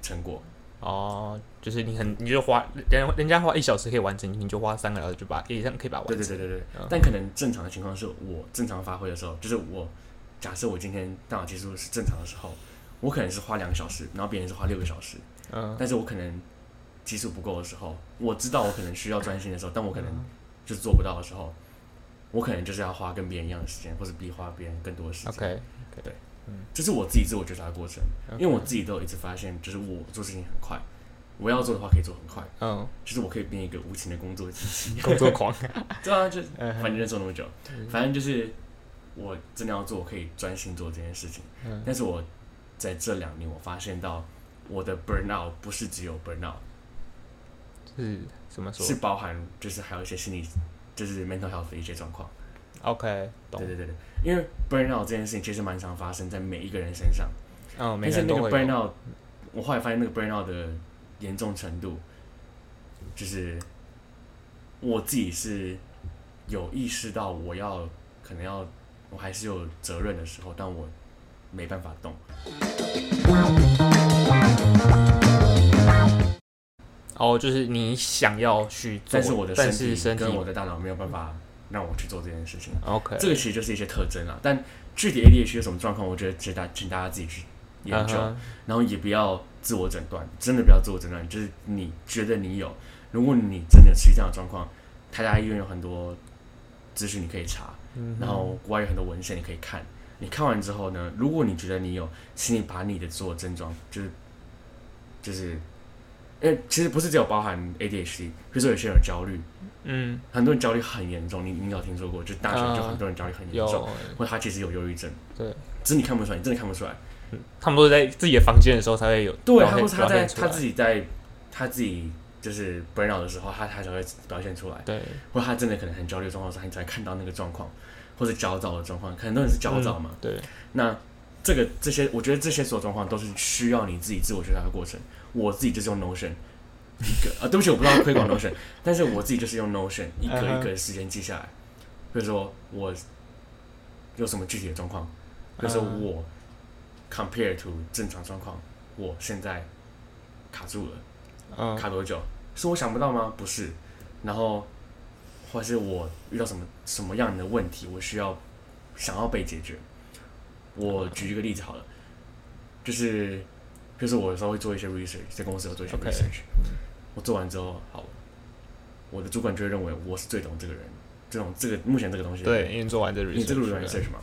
[SPEAKER 1] 成果，
[SPEAKER 2] 哦，就是你很，你就花人人家花一小时可以完成，你就花三个小时就把，也这样可以把它
[SPEAKER 1] 对
[SPEAKER 2] 完
[SPEAKER 1] 对
[SPEAKER 2] 成。
[SPEAKER 1] 对对对。
[SPEAKER 2] 嗯
[SPEAKER 1] 但可能正常的情况是我正常发挥的时候，就是我假设我今天大脑激素是正常的时候，我可能是花两个小时，然后别人是花六个小时，
[SPEAKER 2] 嗯，
[SPEAKER 1] 但是我可能激素不够的时候，我知道我可能需要专心的时候，但我可能就是做不到的时候，我可能就是要花跟别人一样的时间，或者比花别人更多的时间。
[SPEAKER 2] OK，
[SPEAKER 1] 这是我自己自我觉察的过程，因为
[SPEAKER 2] OK
[SPEAKER 1] 我自己都有一直发现，就是我做事情很快，我要做的话可以做很快，
[SPEAKER 2] 嗯，
[SPEAKER 1] 就是我可以变一个无情的工 作机器。
[SPEAKER 2] 工作狂，
[SPEAKER 1] 对啊，就
[SPEAKER 2] 嗯
[SPEAKER 1] 反正做那么久，反正就是我真的要做，我可以专心做这件事情。
[SPEAKER 2] 嗯
[SPEAKER 1] 但是我在这两年，我发现到我的 burnout 不是只有 burnout，
[SPEAKER 2] 是怎么
[SPEAKER 1] 是
[SPEAKER 2] 说
[SPEAKER 1] 包含就是还有一些心理，就是 mental health 的一些状况。
[SPEAKER 2] ？OK，懂
[SPEAKER 1] 对。对对对，因为 burnout 这件事情其实蛮常发生在每一个人身上。
[SPEAKER 2] 嗯，每
[SPEAKER 1] 但
[SPEAKER 2] 个
[SPEAKER 1] 是
[SPEAKER 2] 人
[SPEAKER 1] 那
[SPEAKER 2] 都
[SPEAKER 1] 个
[SPEAKER 2] 会有。
[SPEAKER 1] burnout，我后来发现那个 burnout 的严重程度，就是我自己是有意识到我要可能要我还是有责任的时候，但我没办法动。
[SPEAKER 2] 哦，就是你想要去做，
[SPEAKER 1] 但是我的
[SPEAKER 2] 但
[SPEAKER 1] 身
[SPEAKER 2] 是
[SPEAKER 1] 体
[SPEAKER 2] 身体
[SPEAKER 1] 跟我的大脑没有办法让我去做这件事情。啊
[SPEAKER 2] OK，
[SPEAKER 1] 这个其实就是一些特征啊，但具体 ADHD 有什么状况，我觉得请大请大家自己去研究。
[SPEAKER 2] 嗯哼
[SPEAKER 1] 然后也不要自我诊断，真的不要自我诊断，就是你觉得你有，如果你真的是这样的状况，台大医院有很多资讯你可以查，
[SPEAKER 2] 嗯哼
[SPEAKER 1] 然后国外有很多文献你可以看。你看完之后呢，如果你觉得你有，请你把你的所有症状，就是就是，因为其实不是只有包含 ADHD，比如说有些人有焦虑，
[SPEAKER 2] 嗯，
[SPEAKER 1] 很多人焦虑很严重，你你应该有听说过，就大学就
[SPEAKER 2] 啊
[SPEAKER 1] 很多人焦虑很严重，
[SPEAKER 2] 有，
[SPEAKER 1] 或者他其实有忧郁症，
[SPEAKER 2] 对，
[SPEAKER 1] 只是你看不出来，你真的看不出来。
[SPEAKER 2] 他们都是在自己的房间的时候才会有
[SPEAKER 1] 对，
[SPEAKER 2] 表
[SPEAKER 1] 他
[SPEAKER 2] 现，
[SPEAKER 1] 或是他
[SPEAKER 2] 表
[SPEAKER 1] 在
[SPEAKER 2] 现出
[SPEAKER 1] 他
[SPEAKER 2] 来
[SPEAKER 1] 自己在他自己就是 burn out 的时候，他他才会表现出来，
[SPEAKER 2] 对，
[SPEAKER 1] 或他真的可能很焦虑的状况的时候，你才看到那个状况，或者焦躁的状况，很多人是焦躁嘛。
[SPEAKER 2] 对，
[SPEAKER 1] 那这个这些，我觉得这些所有状况都是需要你自己自我觉察的过程。我自己就是用 Notion 一个，呃，对不起，我不知道推广 Notion，但 是我自己就是用 Notion 一个
[SPEAKER 2] 嗯哼
[SPEAKER 1] 一个时间记下来，比如说我有什么具体的状况，比如说
[SPEAKER 2] 嗯
[SPEAKER 1] 我 compare to 正常状况，我现在卡住了。
[SPEAKER 2] 嗯
[SPEAKER 1] 卡多久？是我想不到吗？不是，然后或是我遇到什么什么样的问题，我需要想要被解决。我举一个例子好了，就是就是我有时候会做一些 research，在公司有做一些
[SPEAKER 2] OK
[SPEAKER 1] research，、我做完之后，好，我的主管就会认为我是最懂这个人，这种这个目前这个东西，
[SPEAKER 2] 对，因为做完这 research，
[SPEAKER 1] 你这个 research
[SPEAKER 2] 了
[SPEAKER 1] 嘛，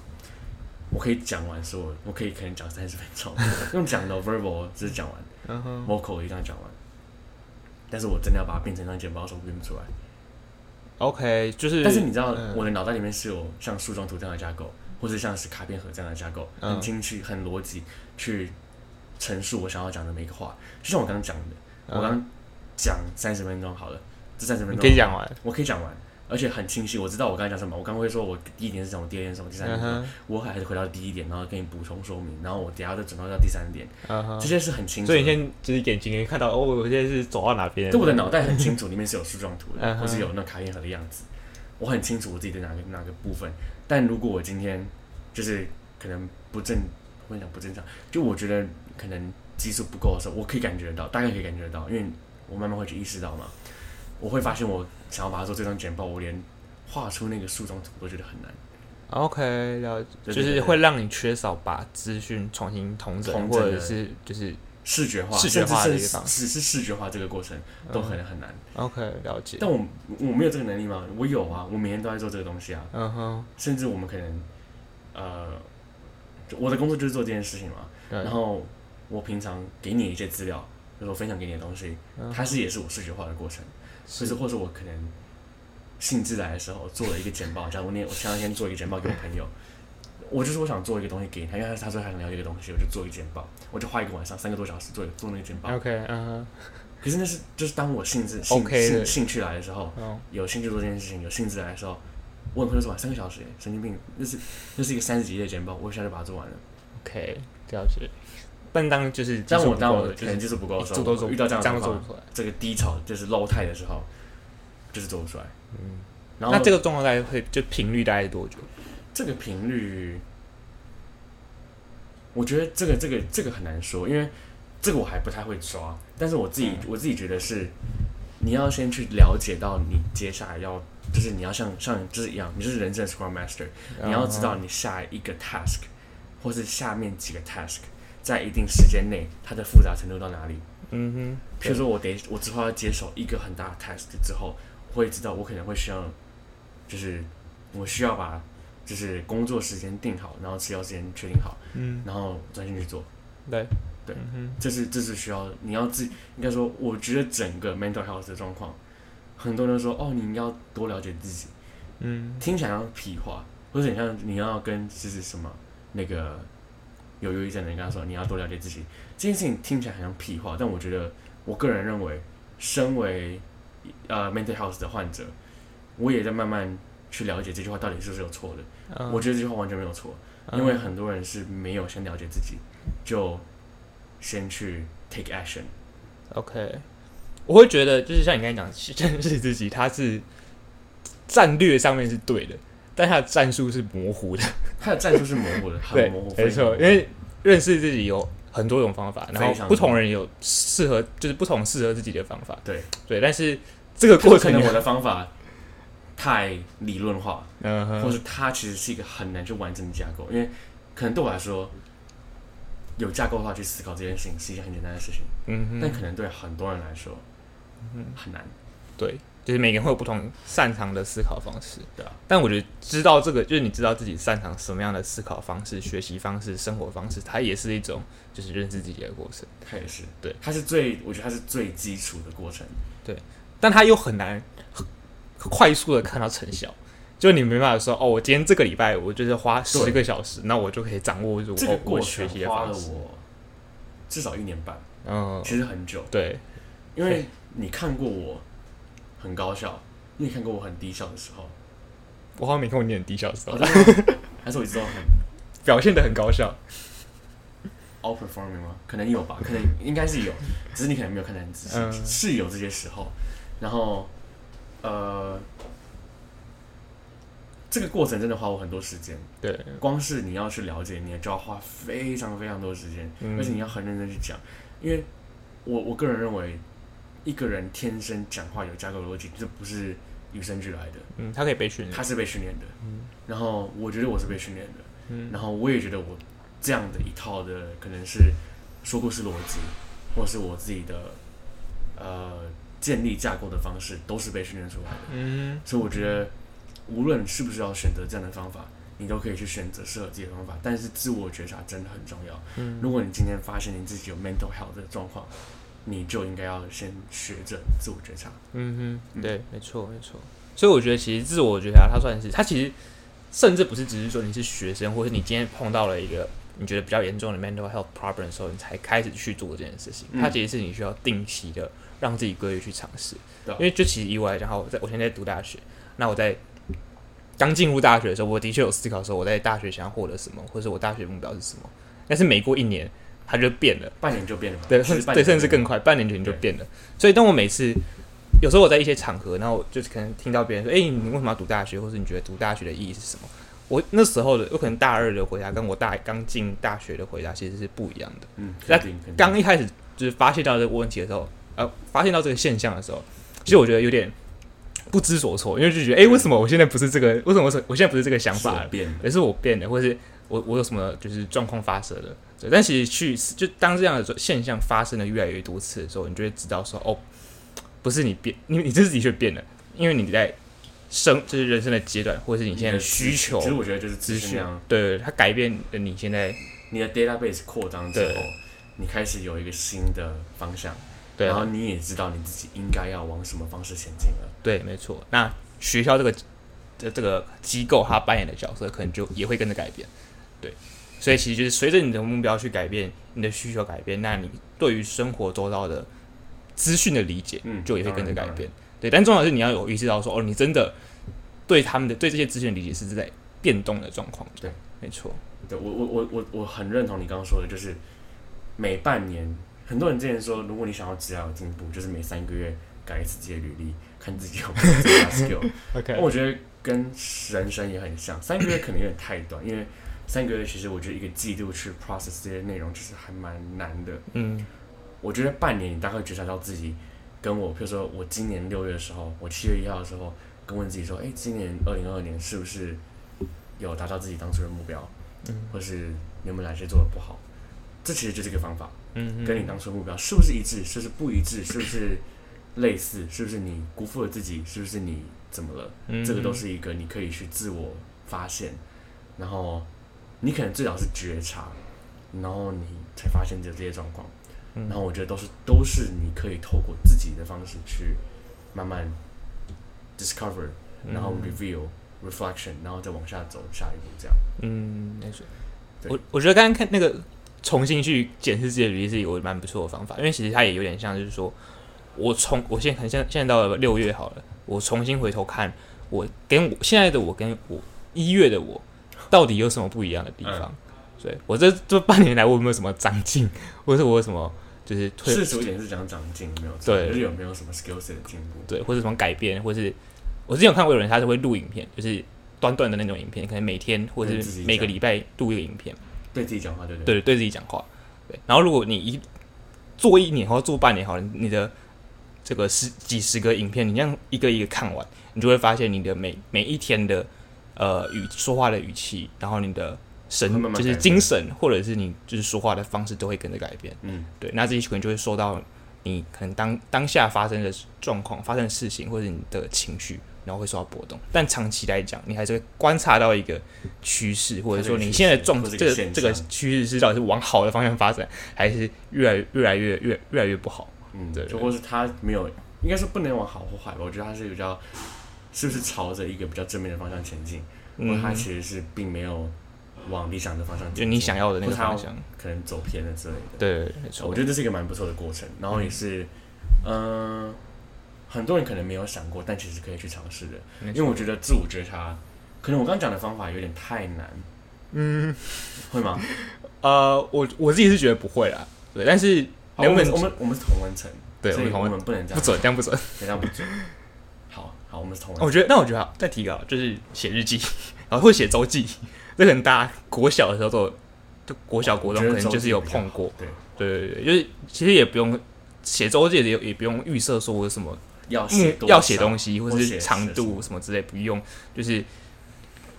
[SPEAKER 1] 我可以讲完所有，我可以可能讲三十分钟， 用讲的 verbal 只是讲完。
[SPEAKER 2] 嗯哼，
[SPEAKER 1] vocal 一定要讲完，但是我真的要把它变成一张简报的时候，我变不出来。
[SPEAKER 2] OK，就是，
[SPEAKER 1] 但是你知道，
[SPEAKER 2] 嗯
[SPEAKER 1] 我的脑袋里面是有像树状图这样的架构，或者像是卡片盒这样的架构，
[SPEAKER 2] 嗯
[SPEAKER 1] 很精确、很逻辑去陈述我想要讲的每个话。就像我刚刚讲的，我
[SPEAKER 2] 嗯
[SPEAKER 1] 刚讲三十分钟好了，这三十分
[SPEAKER 2] 你
[SPEAKER 1] 钟
[SPEAKER 2] 可以讲完，
[SPEAKER 1] 我可以讲完，而且很清晰，我知道我刚才讲什么。我刚刚会说我第一点是什么，第二点是什么，第三点是什么。
[SPEAKER 3] 嗯
[SPEAKER 1] 我还是回到第一点，然后给你补充说明，然后我等一下再转到到第三点，
[SPEAKER 3] 哼，嗯
[SPEAKER 2] 啊
[SPEAKER 3] 哼。
[SPEAKER 1] 这些是很清楚
[SPEAKER 3] 所以
[SPEAKER 1] 的。
[SPEAKER 3] 你现在就是眼睛可以看到哦，我现在是走到哪边？
[SPEAKER 1] 对我的脑袋很清楚，里面是有树状图的，
[SPEAKER 3] 嗯哼
[SPEAKER 1] 或是有那卡片盒的样子，我很清楚我自己的哪个哪个部分。但如果我今天就是可能不正，我跟你讲不正常，就我觉得可能激素不够的时候，我可以感觉得到，大概可以感觉得到，因为我慢慢会去意识到嘛，我会发现我想要把它做这张简报，我连画出那个树状图都觉得很难。
[SPEAKER 3] OK，了解，
[SPEAKER 1] 对
[SPEAKER 2] 就
[SPEAKER 1] 对
[SPEAKER 2] 是
[SPEAKER 1] 对
[SPEAKER 2] 会让你缺少把资讯重新同整，
[SPEAKER 1] 同
[SPEAKER 2] 或
[SPEAKER 1] 整的
[SPEAKER 2] 者是就是
[SPEAKER 1] 视觉化，
[SPEAKER 2] 视觉化的
[SPEAKER 1] 甚
[SPEAKER 2] 一
[SPEAKER 1] 至
[SPEAKER 2] 个
[SPEAKER 1] 是
[SPEAKER 2] 方嗯
[SPEAKER 1] 只是视觉化这个过程都很很难。
[SPEAKER 3] OK，了解。
[SPEAKER 1] 但我我没有这个能力吗？我有啊，我每天都在做这个东西啊。
[SPEAKER 3] 嗯哼，
[SPEAKER 1] 甚至我们可能，呃，就我的工作就是做这件事情嘛。
[SPEAKER 3] 对
[SPEAKER 1] 然后我平常给你一些资料，就是我分享给你的东西，
[SPEAKER 3] 嗯
[SPEAKER 1] 它是也是我视觉化的过程，就是或者我可能兴致来的时候做了一个简报，假如我那我前两天做一个简报给我朋友，我就说我想做一个东西给他，因为他他说他想了解一个东西，我就做一个简报，我就花一个晚上三个多小时做做那个简报。
[SPEAKER 3] OK，嗯
[SPEAKER 1] 可是那是就是当我兴致兴
[SPEAKER 3] OK 的
[SPEAKER 1] 兴兴趣来的时候，
[SPEAKER 3] 哼，哦，
[SPEAKER 1] 有兴趣做这件事情，有兴致来的时候，我很快就做完三个小时，哎神经病，那是那是一个三十几页的简报，我一下就把它做完了。
[SPEAKER 2] OK 了解。但当就是技
[SPEAKER 1] 但
[SPEAKER 2] 术
[SPEAKER 1] 我
[SPEAKER 2] 不
[SPEAKER 1] 当
[SPEAKER 2] 够
[SPEAKER 1] 我
[SPEAKER 2] 的
[SPEAKER 1] 可
[SPEAKER 2] 就是
[SPEAKER 1] 能技术不够的时
[SPEAKER 2] 做都
[SPEAKER 1] 候，
[SPEAKER 2] 做
[SPEAKER 1] 我遇到这样的
[SPEAKER 2] 这
[SPEAKER 1] 情
[SPEAKER 2] 样做
[SPEAKER 1] 况，
[SPEAKER 2] 不出来。
[SPEAKER 1] 这个低潮就是 low 态的时候，就是做不出来。
[SPEAKER 3] 嗯，
[SPEAKER 1] 然后
[SPEAKER 2] 那这个状况大概会就频率大概多久？
[SPEAKER 1] 这个频率，我觉得这个这个这个很难说，因为这个我还不太会抓。但是我自己、我自己觉得是，你要先去了解到你接下来要，就是你要像像就是一样，你就是人生的 Scrum Master，你
[SPEAKER 2] 嗯
[SPEAKER 1] 要知道你下一个 task，或是下面几个 task，在一定时间内它的复杂程度到哪里。
[SPEAKER 2] 嗯
[SPEAKER 1] 譬如说我得我之后要接手一个很大的 task 之后，我会知道我可能会需要，就是我需要把就是工作时间定好，然后吃药时间确定好，
[SPEAKER 3] 哼，嗯，
[SPEAKER 1] 然后专心去做。
[SPEAKER 3] 对，
[SPEAKER 1] 对
[SPEAKER 3] 嗯哼，
[SPEAKER 1] 这是这是需要你要自应该说，我觉得整个 mental health 的状况，很多人说哦，你应该要多了解自己，
[SPEAKER 3] 嗯，
[SPEAKER 1] 听起来像屁话，或者很像你要跟就是什么那个有忧郁症的人跟他说你要多了解自己，这件事情听起来很像屁话，但我觉得我个人认为，身为呃 mental health 的患者，我也在慢慢去了解这句话到底是不是有错的。
[SPEAKER 3] 嗯
[SPEAKER 1] 我觉得这句话完全没有错，
[SPEAKER 3] 嗯
[SPEAKER 1] 因为很多人是没有先了解自己，就先去 take action。
[SPEAKER 3] OK，
[SPEAKER 2] 我会觉得就是像你刚才讲，认识自己，它是战略上面是对的，但它的战术是模糊的。
[SPEAKER 1] 他的战术是模糊 的，
[SPEAKER 2] 对
[SPEAKER 1] 很模糊，，
[SPEAKER 2] 没
[SPEAKER 1] 非常模
[SPEAKER 2] 错，
[SPEAKER 1] 糊
[SPEAKER 2] 因为认识自己有很多种方法，然
[SPEAKER 1] 非
[SPEAKER 2] 后
[SPEAKER 1] 常
[SPEAKER 2] 不同人有适合，就是不同适合自己的方法。
[SPEAKER 1] 对
[SPEAKER 2] 对，但是这个过
[SPEAKER 1] 可
[SPEAKER 2] 程
[SPEAKER 1] 能我
[SPEAKER 2] 中，
[SPEAKER 1] 的方法太理论化，
[SPEAKER 2] 嗯
[SPEAKER 1] 或
[SPEAKER 2] 哼，
[SPEAKER 1] 是它其实是一个很难去完整的架构，因为可能对我来说，有架构化去思考这件事情是一件很简单的事情，
[SPEAKER 2] 嗯
[SPEAKER 1] 但
[SPEAKER 2] 哼，
[SPEAKER 1] 可能对很多人来说很难。
[SPEAKER 2] 对，就是每个人会有不同擅长的思考方式。
[SPEAKER 1] 对啊，
[SPEAKER 2] 但我觉得知道这个，就是你知道自己擅长什么样的思考方式、学习方式、生活方式，它也是一种就是认识自己的过程。
[SPEAKER 1] 它也是，
[SPEAKER 2] 对，
[SPEAKER 1] 它是最，我觉得它是最基础的过程。
[SPEAKER 2] 但他又很难很快速的看到成效。就你没办法说哦，我今天这个礼拜我就是花十
[SPEAKER 1] 对
[SPEAKER 2] 个小时，那我就可以掌握住
[SPEAKER 1] 这个
[SPEAKER 2] 我
[SPEAKER 1] 过
[SPEAKER 2] 我学
[SPEAKER 1] 程
[SPEAKER 2] 习的
[SPEAKER 1] 花了
[SPEAKER 2] 方式。
[SPEAKER 1] 我至少一年半，
[SPEAKER 2] 嗯，
[SPEAKER 1] 其实很久，
[SPEAKER 2] 对，
[SPEAKER 1] 因为你看过我很高效，你也看过我很低效的时候，
[SPEAKER 2] 我好像没看过你很低效的时候
[SPEAKER 1] 哦，真的吗还是我一直都很
[SPEAKER 2] 表现的很高效。
[SPEAKER 1] all performing 吗？可能有吧，可能 应该是有，只是你可能没有看得很仔细，
[SPEAKER 2] 嗯
[SPEAKER 1] 是有这些时候。然后，呃，这个过程真的花我很多时间，
[SPEAKER 2] 对，
[SPEAKER 1] 光是你要去了解，你就要花非常非常多时间，
[SPEAKER 2] 嗯
[SPEAKER 1] 而且你要很认真去讲，因为我我个人认为，一个人天生讲话有架构逻辑，这不是与生俱来的，
[SPEAKER 2] 嗯，他可以被训练嗯
[SPEAKER 1] 他。是被训练的。然后我觉得我是被训练的。
[SPEAKER 3] 嗯
[SPEAKER 1] 然后我也觉得我这样的一套的可能是说故事逻辑，或是我自己的呃建立架构的方式，都是被训练出来的。
[SPEAKER 3] 嗯
[SPEAKER 1] 所以我觉得，无论是不是要选择这样的方法，你都可以去选择适合自己的方法。但是自我觉察真的很重要。
[SPEAKER 3] 嗯
[SPEAKER 1] 如果你今天发现你自己有 mental health 的状况，你就应该要先学着自我觉察。
[SPEAKER 3] 嗯
[SPEAKER 2] 嗯，对，没错，没错。所以我觉得，其实自我觉察，它算是它其实甚至不是只是说你是学生，或是你今天碰到了一个你觉得比较严重的 mental health problem 的时候，你才开始去做这件事情。
[SPEAKER 1] 嗯
[SPEAKER 2] 它其实是你需要定期的让自己规律去尝试。
[SPEAKER 1] 对啊
[SPEAKER 2] 因为就其实以我来讲，好，我在我现在在读大学，那我在刚进入大学的时候，我的确有思考说我在大学想要获得什么，或者我大学目标是什么。但是每过一年，它就变了，
[SPEAKER 1] 半年就变了嘛，
[SPEAKER 2] 对，
[SPEAKER 1] 其
[SPEAKER 2] 甚
[SPEAKER 1] 实半
[SPEAKER 2] 对，
[SPEAKER 1] 年就
[SPEAKER 2] 甚至
[SPEAKER 1] 变
[SPEAKER 2] 更
[SPEAKER 1] 了
[SPEAKER 2] 快，半年前就
[SPEAKER 1] 对
[SPEAKER 2] 变了。所以当我每次有时候我在一些场合，然后我就是可能听到别人说：“哎、你为什么要读大学？”或是你觉得读大学的意义是什么？我那时候的，我可能大二的回答跟我大刚进大学的回答其实是不一样的。
[SPEAKER 1] 嗯，
[SPEAKER 2] 那
[SPEAKER 1] 肯定肯定
[SPEAKER 2] 刚一开始就是发现到这个问题的时候，呃，发现到这个现象的时候，其实我觉得有点不知所措，因为就觉得，哎、为什么我现在不是这个？为什么我是我现在不是这个想
[SPEAKER 1] 是啊
[SPEAKER 2] 法
[SPEAKER 1] 有
[SPEAKER 2] 了？
[SPEAKER 1] 变了，
[SPEAKER 2] 也是我变的，或是我我有什么就是状况发生了？对，但其实去就当这样的现象发生的越来越多次的时候，你就会知道说，哦，不是你变，你你这是的确变了，因为你在生就是人生的阶段，或者是你现在的需求
[SPEAKER 1] 其实我觉得就是
[SPEAKER 2] 资
[SPEAKER 1] 资讯
[SPEAKER 2] 讯
[SPEAKER 1] 量，，
[SPEAKER 2] 对，它改变了你现在
[SPEAKER 1] 你的 database 扩张之
[SPEAKER 2] 对
[SPEAKER 1] 后，你开始有一个新的方向，
[SPEAKER 2] 对啊
[SPEAKER 1] 然后你也知道你自己应该要往什么方式前进了。
[SPEAKER 2] 对，没错。那学校这个这这个机构，它扮演的角色可能就也会跟着改变，对。所以其实就是随着你的目标去改变，你的需求改变，那你对于生活周遭的资讯的理解，
[SPEAKER 1] 嗯
[SPEAKER 2] 就也会跟着
[SPEAKER 1] 当
[SPEAKER 2] 改
[SPEAKER 1] 然
[SPEAKER 2] 变。对，但重要的是你要有意识到说，哦，你真的对他们的对这些资讯的理解是在变动的状况。
[SPEAKER 1] 对，
[SPEAKER 2] 没错。
[SPEAKER 1] 对我我我我我很认同你刚刚说的，就是每半年，很多人之前说，如果你想要职业有进步，就是每三个月改一次自己的履历，看自己有没有增加 skill。那
[SPEAKER 3] OK，
[SPEAKER 1] 我觉得跟人生也很像，三个月可能有点太短，因为三个月其实我觉得一个季度去 process 这些内容，其实还蛮难的。
[SPEAKER 2] 嗯，
[SPEAKER 1] 我觉得半年你大概觉察到自己跟我，譬如说我今年六月的时候，我七月一号的时候，跟问自己说，哎、今年二零二二年是不是有达到自己当初的目标？
[SPEAKER 2] 嗯，
[SPEAKER 1] 或是你有没有哪些做的不好？这其实就是一个方法，
[SPEAKER 2] 嗯
[SPEAKER 1] 跟你当初的目标是不是一致，是不是不一致，是不是类似，是不是你辜负了自己，是不是你怎么了？
[SPEAKER 2] 嗯
[SPEAKER 1] 这个都是一个你可以去自我发现，然后你可能最早是觉察，然后你才发现这这些状况，
[SPEAKER 2] 嗯
[SPEAKER 1] 然后我觉得都是都是你可以透过自己的方式去慢慢 discover，然
[SPEAKER 2] 嗯
[SPEAKER 1] 后 reveal、reflection，然后再往下走下一步这样。
[SPEAKER 2] 嗯，没错。
[SPEAKER 1] 对
[SPEAKER 2] 我我觉得刚刚看那个重新去检视自己的履历是一个蛮不错的方法，因为其实它也有点像，就是说我从我现在很现现在到了六月好了，我重新回头看我跟我现在的我跟我一月的我到底有什么不一样的地方？对我这这半年来我有没有什么长进， 或者是我有什么就是退
[SPEAKER 1] 世俗一点是讲长进，没有错
[SPEAKER 2] 对
[SPEAKER 1] 就是有没有什么 skill set 的进步？
[SPEAKER 2] 对，或者什么改变，或是我之前有看过有人他是会录影片，就是短短的那种影片，可能每天或者
[SPEAKER 1] 对自己
[SPEAKER 2] 是每个
[SPEAKER 1] 讲
[SPEAKER 2] 礼拜录一个影片。
[SPEAKER 1] 对自己讲话，对不对？
[SPEAKER 2] 对，对自己讲话。对，然后如果你一做一年或做半年好了，你的这个十几十个影片，你这样一个一个看完，你就会发现你的每每一天的呃语说话的语气，然后你的神
[SPEAKER 1] 会慢慢
[SPEAKER 2] 就
[SPEAKER 1] 改
[SPEAKER 2] 是
[SPEAKER 1] 变
[SPEAKER 2] 精神，或者是你就是说话的方式都会跟着改变。
[SPEAKER 1] 嗯，
[SPEAKER 2] 对，那这些可能就会受到你可能当当下发生的状况、发生的事情，或者你的情绪，然后会受到波动。但长期来讲，你还是会观察到一个趋势，或者说你现在的状
[SPEAKER 1] 或者一
[SPEAKER 2] 这
[SPEAKER 1] 个
[SPEAKER 2] 个
[SPEAKER 1] 现
[SPEAKER 2] 这个
[SPEAKER 1] 象
[SPEAKER 2] 趋势是到底是往好的方向发展，还是越来越越来越越越来越不好？
[SPEAKER 1] 嗯，
[SPEAKER 2] 对
[SPEAKER 1] 就或是他没有，应该说不能往好或坏吧。我觉得他是比较，是不是朝着一个比较正面的方向前进，或者
[SPEAKER 2] 嗯
[SPEAKER 1] 他，其实是并没有往理想的方向前
[SPEAKER 2] 就
[SPEAKER 1] 进，
[SPEAKER 2] 你想要的那
[SPEAKER 1] 或
[SPEAKER 2] 个
[SPEAKER 1] 是他
[SPEAKER 2] 方向。
[SPEAKER 1] 可能走偏了之类的。
[SPEAKER 2] 对，没错
[SPEAKER 1] 我觉得这是一个蛮不错的过程，然后也是，嗯、很多人可能没有想过，但其实可以去尝试的，
[SPEAKER 2] 没
[SPEAKER 1] 因为我觉得自我觉察，可能我刚讲的方法有点太难，
[SPEAKER 3] 嗯，
[SPEAKER 1] 会 吗？
[SPEAKER 2] 呃，我我自己是觉得不会啦，对，但是
[SPEAKER 1] 好
[SPEAKER 2] 能
[SPEAKER 1] 哎我
[SPEAKER 2] 不
[SPEAKER 1] 们
[SPEAKER 2] 能
[SPEAKER 1] 我们我们是同文层，
[SPEAKER 2] 对我
[SPEAKER 1] 所以
[SPEAKER 2] 们
[SPEAKER 1] 我
[SPEAKER 2] 同
[SPEAKER 1] 们不能这
[SPEAKER 2] 不
[SPEAKER 1] 样，
[SPEAKER 2] 准，这样不准。
[SPEAKER 1] 这样不准。好好，我们是同文
[SPEAKER 2] 哦我觉得，那我觉得好再提个好，就是写日记， 然后或写周记，这可能大家国小的时候都有，就国小国中可能就是有碰过，，
[SPEAKER 1] 对，
[SPEAKER 2] 对对对，就是其实也不用写周记，也也不用预设说我有什么
[SPEAKER 1] 要
[SPEAKER 2] 目
[SPEAKER 1] 啊写多
[SPEAKER 2] 要写
[SPEAKER 1] 少
[SPEAKER 2] 东西，或
[SPEAKER 1] 或
[SPEAKER 2] 是
[SPEAKER 1] 写
[SPEAKER 2] 长
[SPEAKER 1] 写什
[SPEAKER 2] 度
[SPEAKER 1] 么
[SPEAKER 2] 什么之类，不用，就是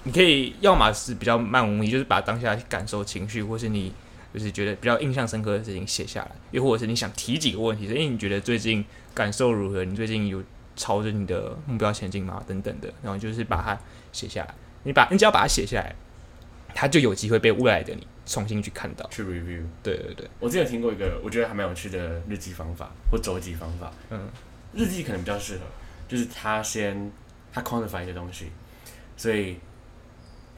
[SPEAKER 2] 你可以要么是比较漫无目的，就是把当下感受、情绪，或是你就是觉得比较印象深刻的事情写下来，又或者是你想提几个问题，是因为你觉得最近感受如何？你最近有朝着你的目标前进吗？等等的，然后就是把它写下来。你把你只要把它写下来，它就有机会被未来的你重新去看到。
[SPEAKER 1] 去 review。
[SPEAKER 2] 对对对，
[SPEAKER 1] 我之前有听过一个我觉得还蛮有趣的日记方法或周记方法，
[SPEAKER 2] 嗯，
[SPEAKER 1] 日记可能比较适合，就是他先他 quantify 一些东西，所以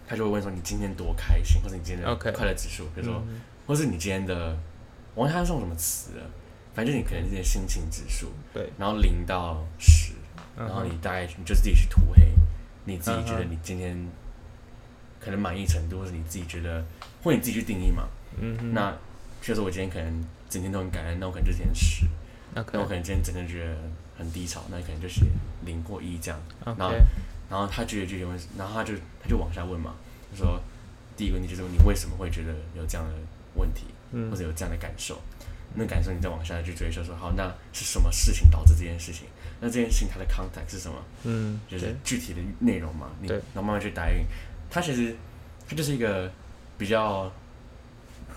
[SPEAKER 1] 他就会问说你今天多开心，或者你今天的
[SPEAKER 2] OK 嗯
[SPEAKER 1] 快乐指数，比如说，或是你今天的，我忘记他用什么词了，反正就是你可能今天心情指数，
[SPEAKER 2] 对，
[SPEAKER 1] 然后零到十，
[SPEAKER 2] 嗯
[SPEAKER 1] 然后你大概你就自己去涂黑，你自己觉得
[SPEAKER 3] 嗯哼
[SPEAKER 1] 你今天可能满意程度，或者你自己觉得，或者你自己去定义嘛。
[SPEAKER 3] 嗯哼，
[SPEAKER 1] 那确实我今天可能整天都很感恩，那我可能就写十；那我
[SPEAKER 3] OK
[SPEAKER 1] 可能今天整天觉得很低潮，那你可能就写零或一这样。那
[SPEAKER 3] OK，
[SPEAKER 1] 然后他觉得就有问，然后他就他就往下问嘛，就说第一个问题就是你为什么会觉得有这样的问题，或
[SPEAKER 3] 嗯
[SPEAKER 1] 者有这样的感受？那感受你再往下去追溯说，好，那是什么事情导致这件事情？那这件事情它的 context 是什么？
[SPEAKER 3] 嗯，
[SPEAKER 1] 就是
[SPEAKER 3] 对
[SPEAKER 1] 具体的内容嘛，你
[SPEAKER 3] 对
[SPEAKER 1] 然后慢慢去打印。它其实它就是一个比较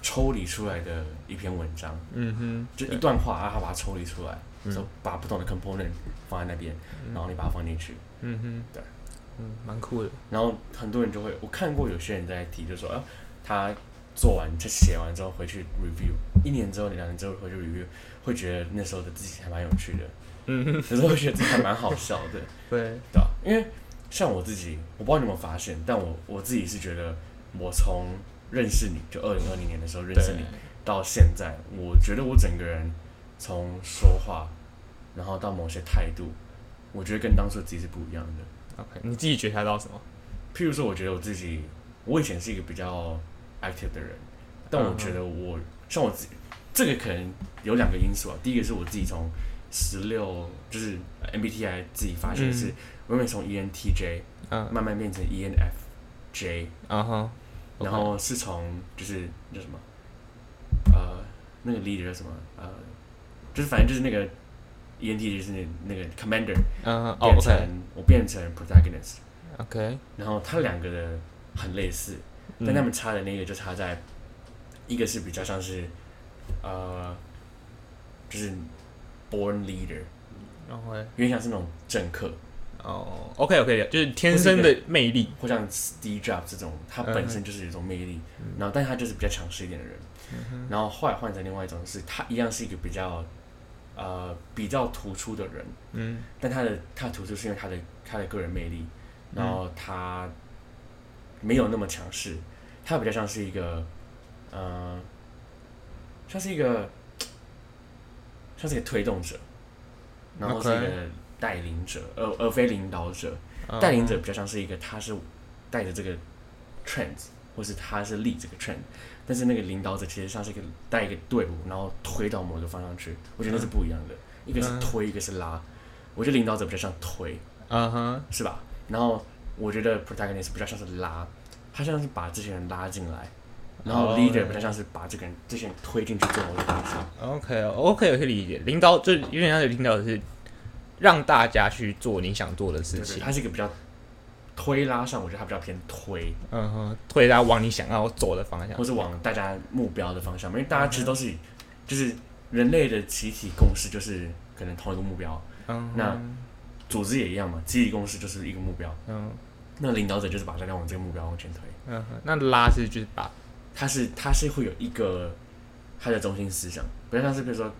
[SPEAKER 1] 抽离出来的一篇文章，
[SPEAKER 3] 嗯哼，
[SPEAKER 1] 就一
[SPEAKER 3] 对
[SPEAKER 1] 段话，然后它把它抽离出来，
[SPEAKER 3] 嗯
[SPEAKER 1] 就把不同的 component 放在那边，然后你把它放进去。
[SPEAKER 3] 嗯哼，
[SPEAKER 1] 对，
[SPEAKER 3] 嗯，蛮酷的，
[SPEAKER 1] 然后很多人就会，我看过有些人在提，就说啊，他做完就写完之后回去 review，一年之后、两年之后回去 review，会觉得那时候的自己还蛮有趣 的，
[SPEAKER 3] 嗯哼，
[SPEAKER 1] 有时候会觉得自己还蛮好笑的。
[SPEAKER 3] 对，
[SPEAKER 1] 对啊，因为像我自己，我不知道你有没有发现，但我我自己是觉得，我从认识你就二零二零年的时候认识
[SPEAKER 3] 对
[SPEAKER 1] 你，到现在，我觉得我整个人从说话，然后到某些态度，我觉得跟当初自己是不一样的。
[SPEAKER 3] ，OK，你自己觉察到什么？
[SPEAKER 1] 譬如说，我觉得我自己，我以前是一个比较 active 的人，但我觉得我、像我自己，这个可能有两个因素啊。第一个是我自己从十六就是 MBTI 自己发现
[SPEAKER 3] 嗯
[SPEAKER 1] 是，我原本从 E ENTJ
[SPEAKER 3] 嗯，
[SPEAKER 1] 慢慢变成 E ENFJ，
[SPEAKER 3] 啊哈，OK，
[SPEAKER 1] 然后是从就是叫什么，呃，那个 leader 叫什么呃，就是反正就是那个 ENTJ 就是那那个 commander
[SPEAKER 3] 嗯哼，哦
[SPEAKER 1] 变成、我变成 protagonist，
[SPEAKER 3] ，OK，OK，
[SPEAKER 1] 然后他两个的很类似，
[SPEAKER 3] 嗯
[SPEAKER 1] 但他们差的那个就差在，一个是比较像是呃，就是 born leader，
[SPEAKER 3] ，OK，
[SPEAKER 1] 有点像是那种政客，
[SPEAKER 3] 哦，OK，OK，就是天生
[SPEAKER 1] 不是
[SPEAKER 3] 的魅力，
[SPEAKER 1] 或像 Steve Jobs 这种，他
[SPEAKER 3] 嗯
[SPEAKER 1] 本身就是有一种魅力，然后但他就是比较强势一点的人。
[SPEAKER 3] 嗯
[SPEAKER 1] 然后后来换成另外一种是，他一样是一个比较呃比较突出的人，
[SPEAKER 3] 嗯
[SPEAKER 1] 但他的他突出是因为他的他的个人魅力，然后他没有那么强势，他比较像是一个呃像是一个像是一个推动者，然后是一
[SPEAKER 3] OK
[SPEAKER 1] 个带领者，而而非领导者。
[SPEAKER 3] 嗯
[SPEAKER 1] 带领者比较像是一个，他是带着这个 trend，或是他是立这个 trend，但是那个领导者其实像是一个带一个队伍，然后推到某个方向去，我觉得那是不一样的，一个是
[SPEAKER 3] 嗯
[SPEAKER 1] 推，一个是拉，我觉得领导者比较像推，
[SPEAKER 3] 嗯哼，
[SPEAKER 1] 是吧？然后我觉得 protagonist 比较像是拉，他像是把这些人拉进来，然后
[SPEAKER 3] 哦
[SPEAKER 1] leader 比较像是把这个人这些人推进去做某个东西，
[SPEAKER 3] OK OK，我可以理解，领导就是有点像是领导是让大家去做你想做的
[SPEAKER 1] 对
[SPEAKER 3] 事
[SPEAKER 1] 对，
[SPEAKER 3] 情，
[SPEAKER 1] 他是一个比较推拉上，我觉得他比较偏推，
[SPEAKER 3] 嗯哼，推大家往你想要走的方向
[SPEAKER 1] 或。是往大家目标的方向嘛，因为大家其实都是，就是人类的集体共识就是可能同一个目标，
[SPEAKER 3] 嗯哼，
[SPEAKER 1] 那组织也一样嘛，集体共识就是一个目标，
[SPEAKER 3] 嗯
[SPEAKER 1] 那领导者就是把大家往这个目标往前推，
[SPEAKER 3] 嗯哼，那拉是就是把
[SPEAKER 1] 他是他是会有一个他的中心思想，不像是比如说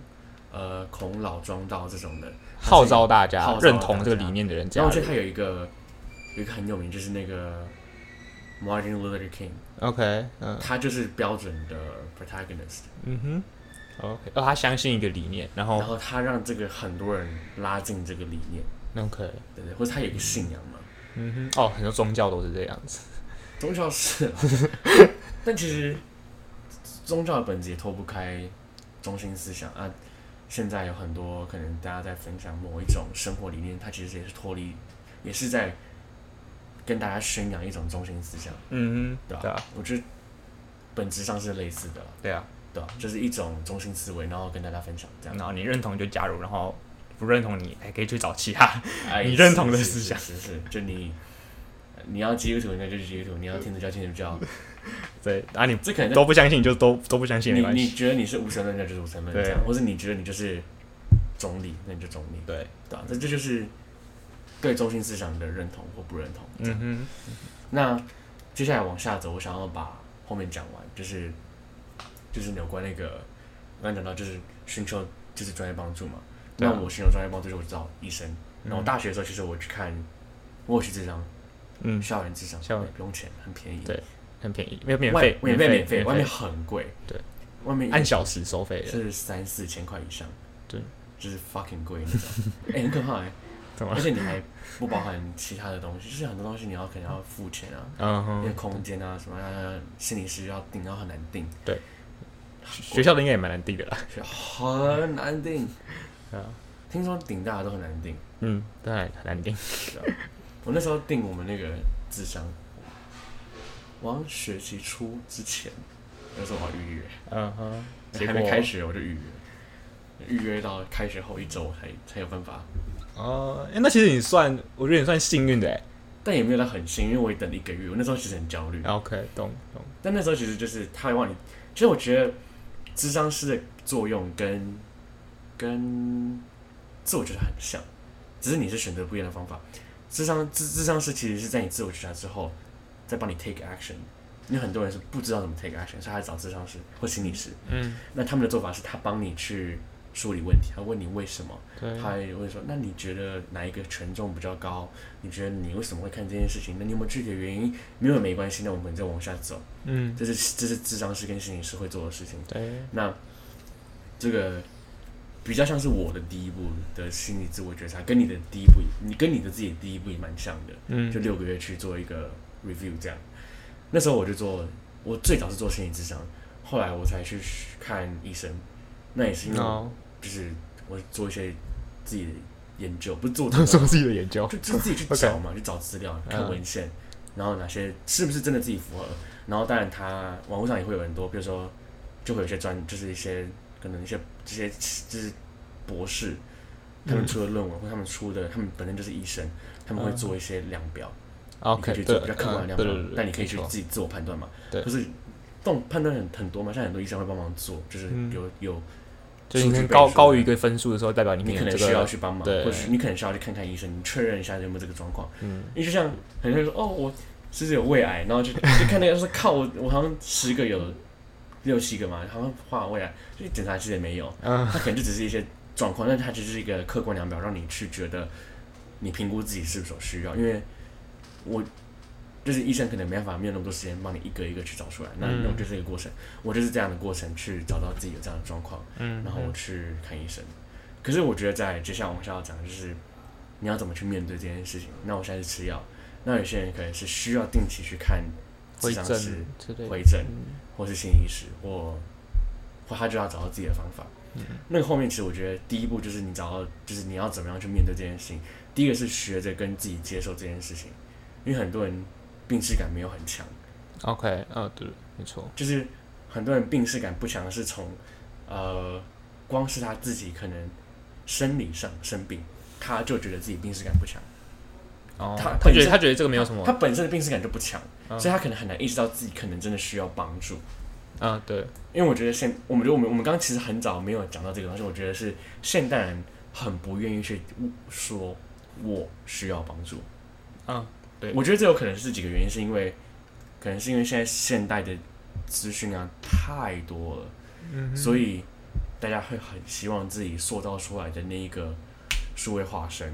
[SPEAKER 1] 呃孔老庄道这种的，他是
[SPEAKER 3] 号召大家
[SPEAKER 1] 号召大家
[SPEAKER 3] 认同这个理念的人加
[SPEAKER 1] 然
[SPEAKER 3] 入
[SPEAKER 1] 后我觉得他有一个有一个很有名就是那个 Martin Luther King，
[SPEAKER 3] OK，嗯
[SPEAKER 1] 他就是标准的 protagonist。
[SPEAKER 3] 嗯哼，OK，哦，他相信一个理念，然
[SPEAKER 2] 哦
[SPEAKER 3] 后
[SPEAKER 1] 然后他让这个很多人拉近这个理念，
[SPEAKER 3] OK，
[SPEAKER 1] 对不对？或者他有一个信仰嘛，
[SPEAKER 3] 嗯哼，哦，很多宗教都是这样子。
[SPEAKER 1] 宗教是 啊，但其实宗教的本质也脱不开中心思想啊。现在有很多可能大家在分享某一种生活理念，它其实也是脱离，也是在跟大家宣扬一种中心思想，
[SPEAKER 3] 嗯
[SPEAKER 1] 对吧、
[SPEAKER 3] 对啊，
[SPEAKER 1] 我觉得本质上是类似的啦，
[SPEAKER 3] 对啊，
[SPEAKER 1] 对吧、就是一种中心思维，然后跟大家分享这样
[SPEAKER 2] 然。后你认同就加入，然后不认同你还可以去找其他。
[SPEAKER 1] 哎
[SPEAKER 2] 你认同的
[SPEAKER 1] 是
[SPEAKER 2] 思想
[SPEAKER 1] 是是是就你你要基督徒那就是基督徒，你要天主教天主 教，
[SPEAKER 2] 对，啊，你
[SPEAKER 1] 这可能在
[SPEAKER 2] 都不相信就都都不相信，没
[SPEAKER 1] 你
[SPEAKER 2] 关
[SPEAKER 1] 你
[SPEAKER 2] 系。
[SPEAKER 1] 觉得你是无神论那就是无神论
[SPEAKER 2] 对
[SPEAKER 1] 这样，或者你觉得你就是中立那你就中立，
[SPEAKER 2] 对，
[SPEAKER 1] 对啊吧、这这就是对中心思想的认同或不认同。这样
[SPEAKER 3] 嗯
[SPEAKER 1] 那接下来往下走，我想要把后面讲完，就是就是有关那个我刚才讲到就是寻求就是专业帮助嘛。
[SPEAKER 3] 对
[SPEAKER 1] 那
[SPEAKER 3] 啊嗯
[SPEAKER 1] 我寻求专业帮助就是我知道医生，然后大学的时候其实我去看，我有去智商。
[SPEAKER 3] 哼，嗯，
[SPEAKER 1] 校园智商，
[SPEAKER 3] 校园
[SPEAKER 1] 不用钱，很便宜。
[SPEAKER 3] 对很便宜，没有免
[SPEAKER 1] 外
[SPEAKER 3] 费，
[SPEAKER 1] 免
[SPEAKER 3] 费
[SPEAKER 1] 免费，外
[SPEAKER 3] 免
[SPEAKER 1] 面
[SPEAKER 3] 费，
[SPEAKER 1] 很贵。
[SPEAKER 3] 对，
[SPEAKER 1] 外面
[SPEAKER 3] 按小时收费的。
[SPEAKER 1] 是三四千块以上。
[SPEAKER 3] 对，
[SPEAKER 1] 就是 fucking 贵那种，哎、很可怕哎、
[SPEAKER 3] 怎么
[SPEAKER 1] 而且你还不包含其他的东西，就是很多东西你要可能要付钱啊，
[SPEAKER 3] 嗯
[SPEAKER 1] 因为
[SPEAKER 3] 哼，
[SPEAKER 1] 空间啊什么啊，心理师要定，然后很难定，
[SPEAKER 3] 学校的应该也蛮难定的啦。
[SPEAKER 1] 很难定。
[SPEAKER 3] 啊，
[SPEAKER 1] 听说顶大家都很难定。
[SPEAKER 3] 嗯，当然很难定。
[SPEAKER 1] 我那时候定我们那个智商，我好像学期初之前，那时候我要预约，
[SPEAKER 3] 嗯哼，结
[SPEAKER 1] 还
[SPEAKER 3] 果
[SPEAKER 1] 没开学我就预约，预约到开学后一周才才有办法，
[SPEAKER 3] 哦、诶那其实你算，我觉得你算幸运的哎。
[SPEAKER 1] 但也没有到很幸运，因为我也等了一个月，我那时候其实很焦虑，
[SPEAKER 2] 啊
[SPEAKER 3] OK，懂懂。
[SPEAKER 1] 但那时候其实就是他会让你，其实我觉得智商师的作用跟跟自我觉察很像，只是你是选择不一样的方法。智商智智商师其实是在你自我觉察之后，再帮你 take action。因为很多人是不知道怎么 take action，所以他找智商师或心理师。
[SPEAKER 3] 嗯，
[SPEAKER 1] 那他们的做法是他帮你去梳理问题，他问你为什么，
[SPEAKER 3] 对
[SPEAKER 1] 他也会说，那你觉得哪一个权重比较高？你觉得你为什么会看这件事情？那你有没有具体的原因？没有也没关系，那我们再往下走。
[SPEAKER 3] 嗯，
[SPEAKER 1] 这是这是智商师跟心理师会做的事情。
[SPEAKER 3] 对，
[SPEAKER 1] 那这个比较像是我的第一步的心理自我觉察，跟你的第一步，你跟你的自己的第一步也蛮像的，就
[SPEAKER 3] 嗯，
[SPEAKER 1] 六个月去做一个 review 这样。那时候我就做，我最早是做心理智商，后来我才去看医生，那也是因为
[SPEAKER 3] 哦，
[SPEAKER 1] 就是我做一些自己的研究，不是做
[SPEAKER 3] 做自己的研究。
[SPEAKER 1] 就就自己去找嘛，去找资料、看
[SPEAKER 3] 嗯
[SPEAKER 1] 文献，然后哪些是不是真的自己符合。然后当然它网络上也会有很多，比如说就会有一些专，就是一些可能一些这些就是博士，他们
[SPEAKER 3] 嗯
[SPEAKER 1] 出的论文、或他们出的，他们本身就是医生，他们会做一些量表，你
[SPEAKER 3] 嗯
[SPEAKER 1] 可
[SPEAKER 3] OK，
[SPEAKER 1] 以去
[SPEAKER 3] 对，
[SPEAKER 1] 做比较客观
[SPEAKER 3] 嗯
[SPEAKER 1] 的
[SPEAKER 3] 对
[SPEAKER 1] 量表，
[SPEAKER 3] 对对，
[SPEAKER 1] 但你可以去
[SPEAKER 3] 没错
[SPEAKER 1] 自己自我判断嘛。
[SPEAKER 3] 对
[SPEAKER 1] 就是动判断很很多嘛，像很多医生会帮忙做，就是
[SPEAKER 3] 嗯
[SPEAKER 1] 有有
[SPEAKER 3] 就是你可
[SPEAKER 1] 数
[SPEAKER 3] 能
[SPEAKER 1] 据背
[SPEAKER 3] 高
[SPEAKER 1] 书
[SPEAKER 3] 高于一个分数的时候，代表你
[SPEAKER 1] 你
[SPEAKER 3] 有
[SPEAKER 1] 可能
[SPEAKER 3] 这
[SPEAKER 1] 需要
[SPEAKER 3] 个，
[SPEAKER 1] 去帮忙，
[SPEAKER 3] 对
[SPEAKER 1] 或许你可能需要去看看医生，你确认一下有没有这个状况。
[SPEAKER 3] 嗯，
[SPEAKER 1] 因为就像很多人说哦，我是不是有胃癌，然后就就看那个说靠，我我好像十个有六七个嘛，好像患胃癌，就检查其实也没有，
[SPEAKER 3] 嗯
[SPEAKER 1] 它可能就只是一些状况，但它只是一个客观量表，让你去觉得你评估自己是否需要，因为我。就是医生可能没办法，没有那么多时间帮你一个一个去找出来，那
[SPEAKER 3] 嗯
[SPEAKER 1] 那我就是一个过程，我就是这样的过程去找到自己有这样的状况，
[SPEAKER 3] 嗯，
[SPEAKER 1] 然后我去看医生。可是我觉得在接下来往下要讲，的就是你要怎么去面对这件事情。那我现在是吃药，那有些人可能是需要定期去看智
[SPEAKER 3] 回
[SPEAKER 1] 商
[SPEAKER 3] 正
[SPEAKER 1] 师、
[SPEAKER 3] 之类的，
[SPEAKER 1] 回诊，
[SPEAKER 3] 嗯
[SPEAKER 1] 或是心理医师，或或他就要找到自己的方法。那个后面其实我觉得第一步就是你找到，就是你要怎么样去面对这件事情。第一个是学着跟自己接受这件事情，因为很多人病耻感没有很强。
[SPEAKER 3] OK，嗯，对，没错，
[SPEAKER 1] 就是很多人病视感不强是从呃，光是他自己可能生理上生病，他就觉得自己病视感不强，
[SPEAKER 3] 哦，
[SPEAKER 1] 他
[SPEAKER 3] 他
[SPEAKER 1] 本
[SPEAKER 3] 觉得
[SPEAKER 1] 身
[SPEAKER 3] 他觉得这个没有什么
[SPEAKER 1] 他，本身的病视感就不强，
[SPEAKER 3] 嗯
[SPEAKER 1] 所以他可能很难意识到自己可能真的需要帮助。
[SPEAKER 3] 嗯，对，
[SPEAKER 1] 因为我觉得现，我们觉得我们我们刚刚其实很早没有讲到这个东西，我觉得是现代人很不愿意去说我需要帮助。
[SPEAKER 3] 嗯，对
[SPEAKER 1] 我觉得这有可能是几个原因，是因为可能是因为现在现代的资讯啊太多了。
[SPEAKER 3] 嗯
[SPEAKER 1] 所
[SPEAKER 3] 以
[SPEAKER 1] 以大家会很希望自己塑造出来的那一个数位化身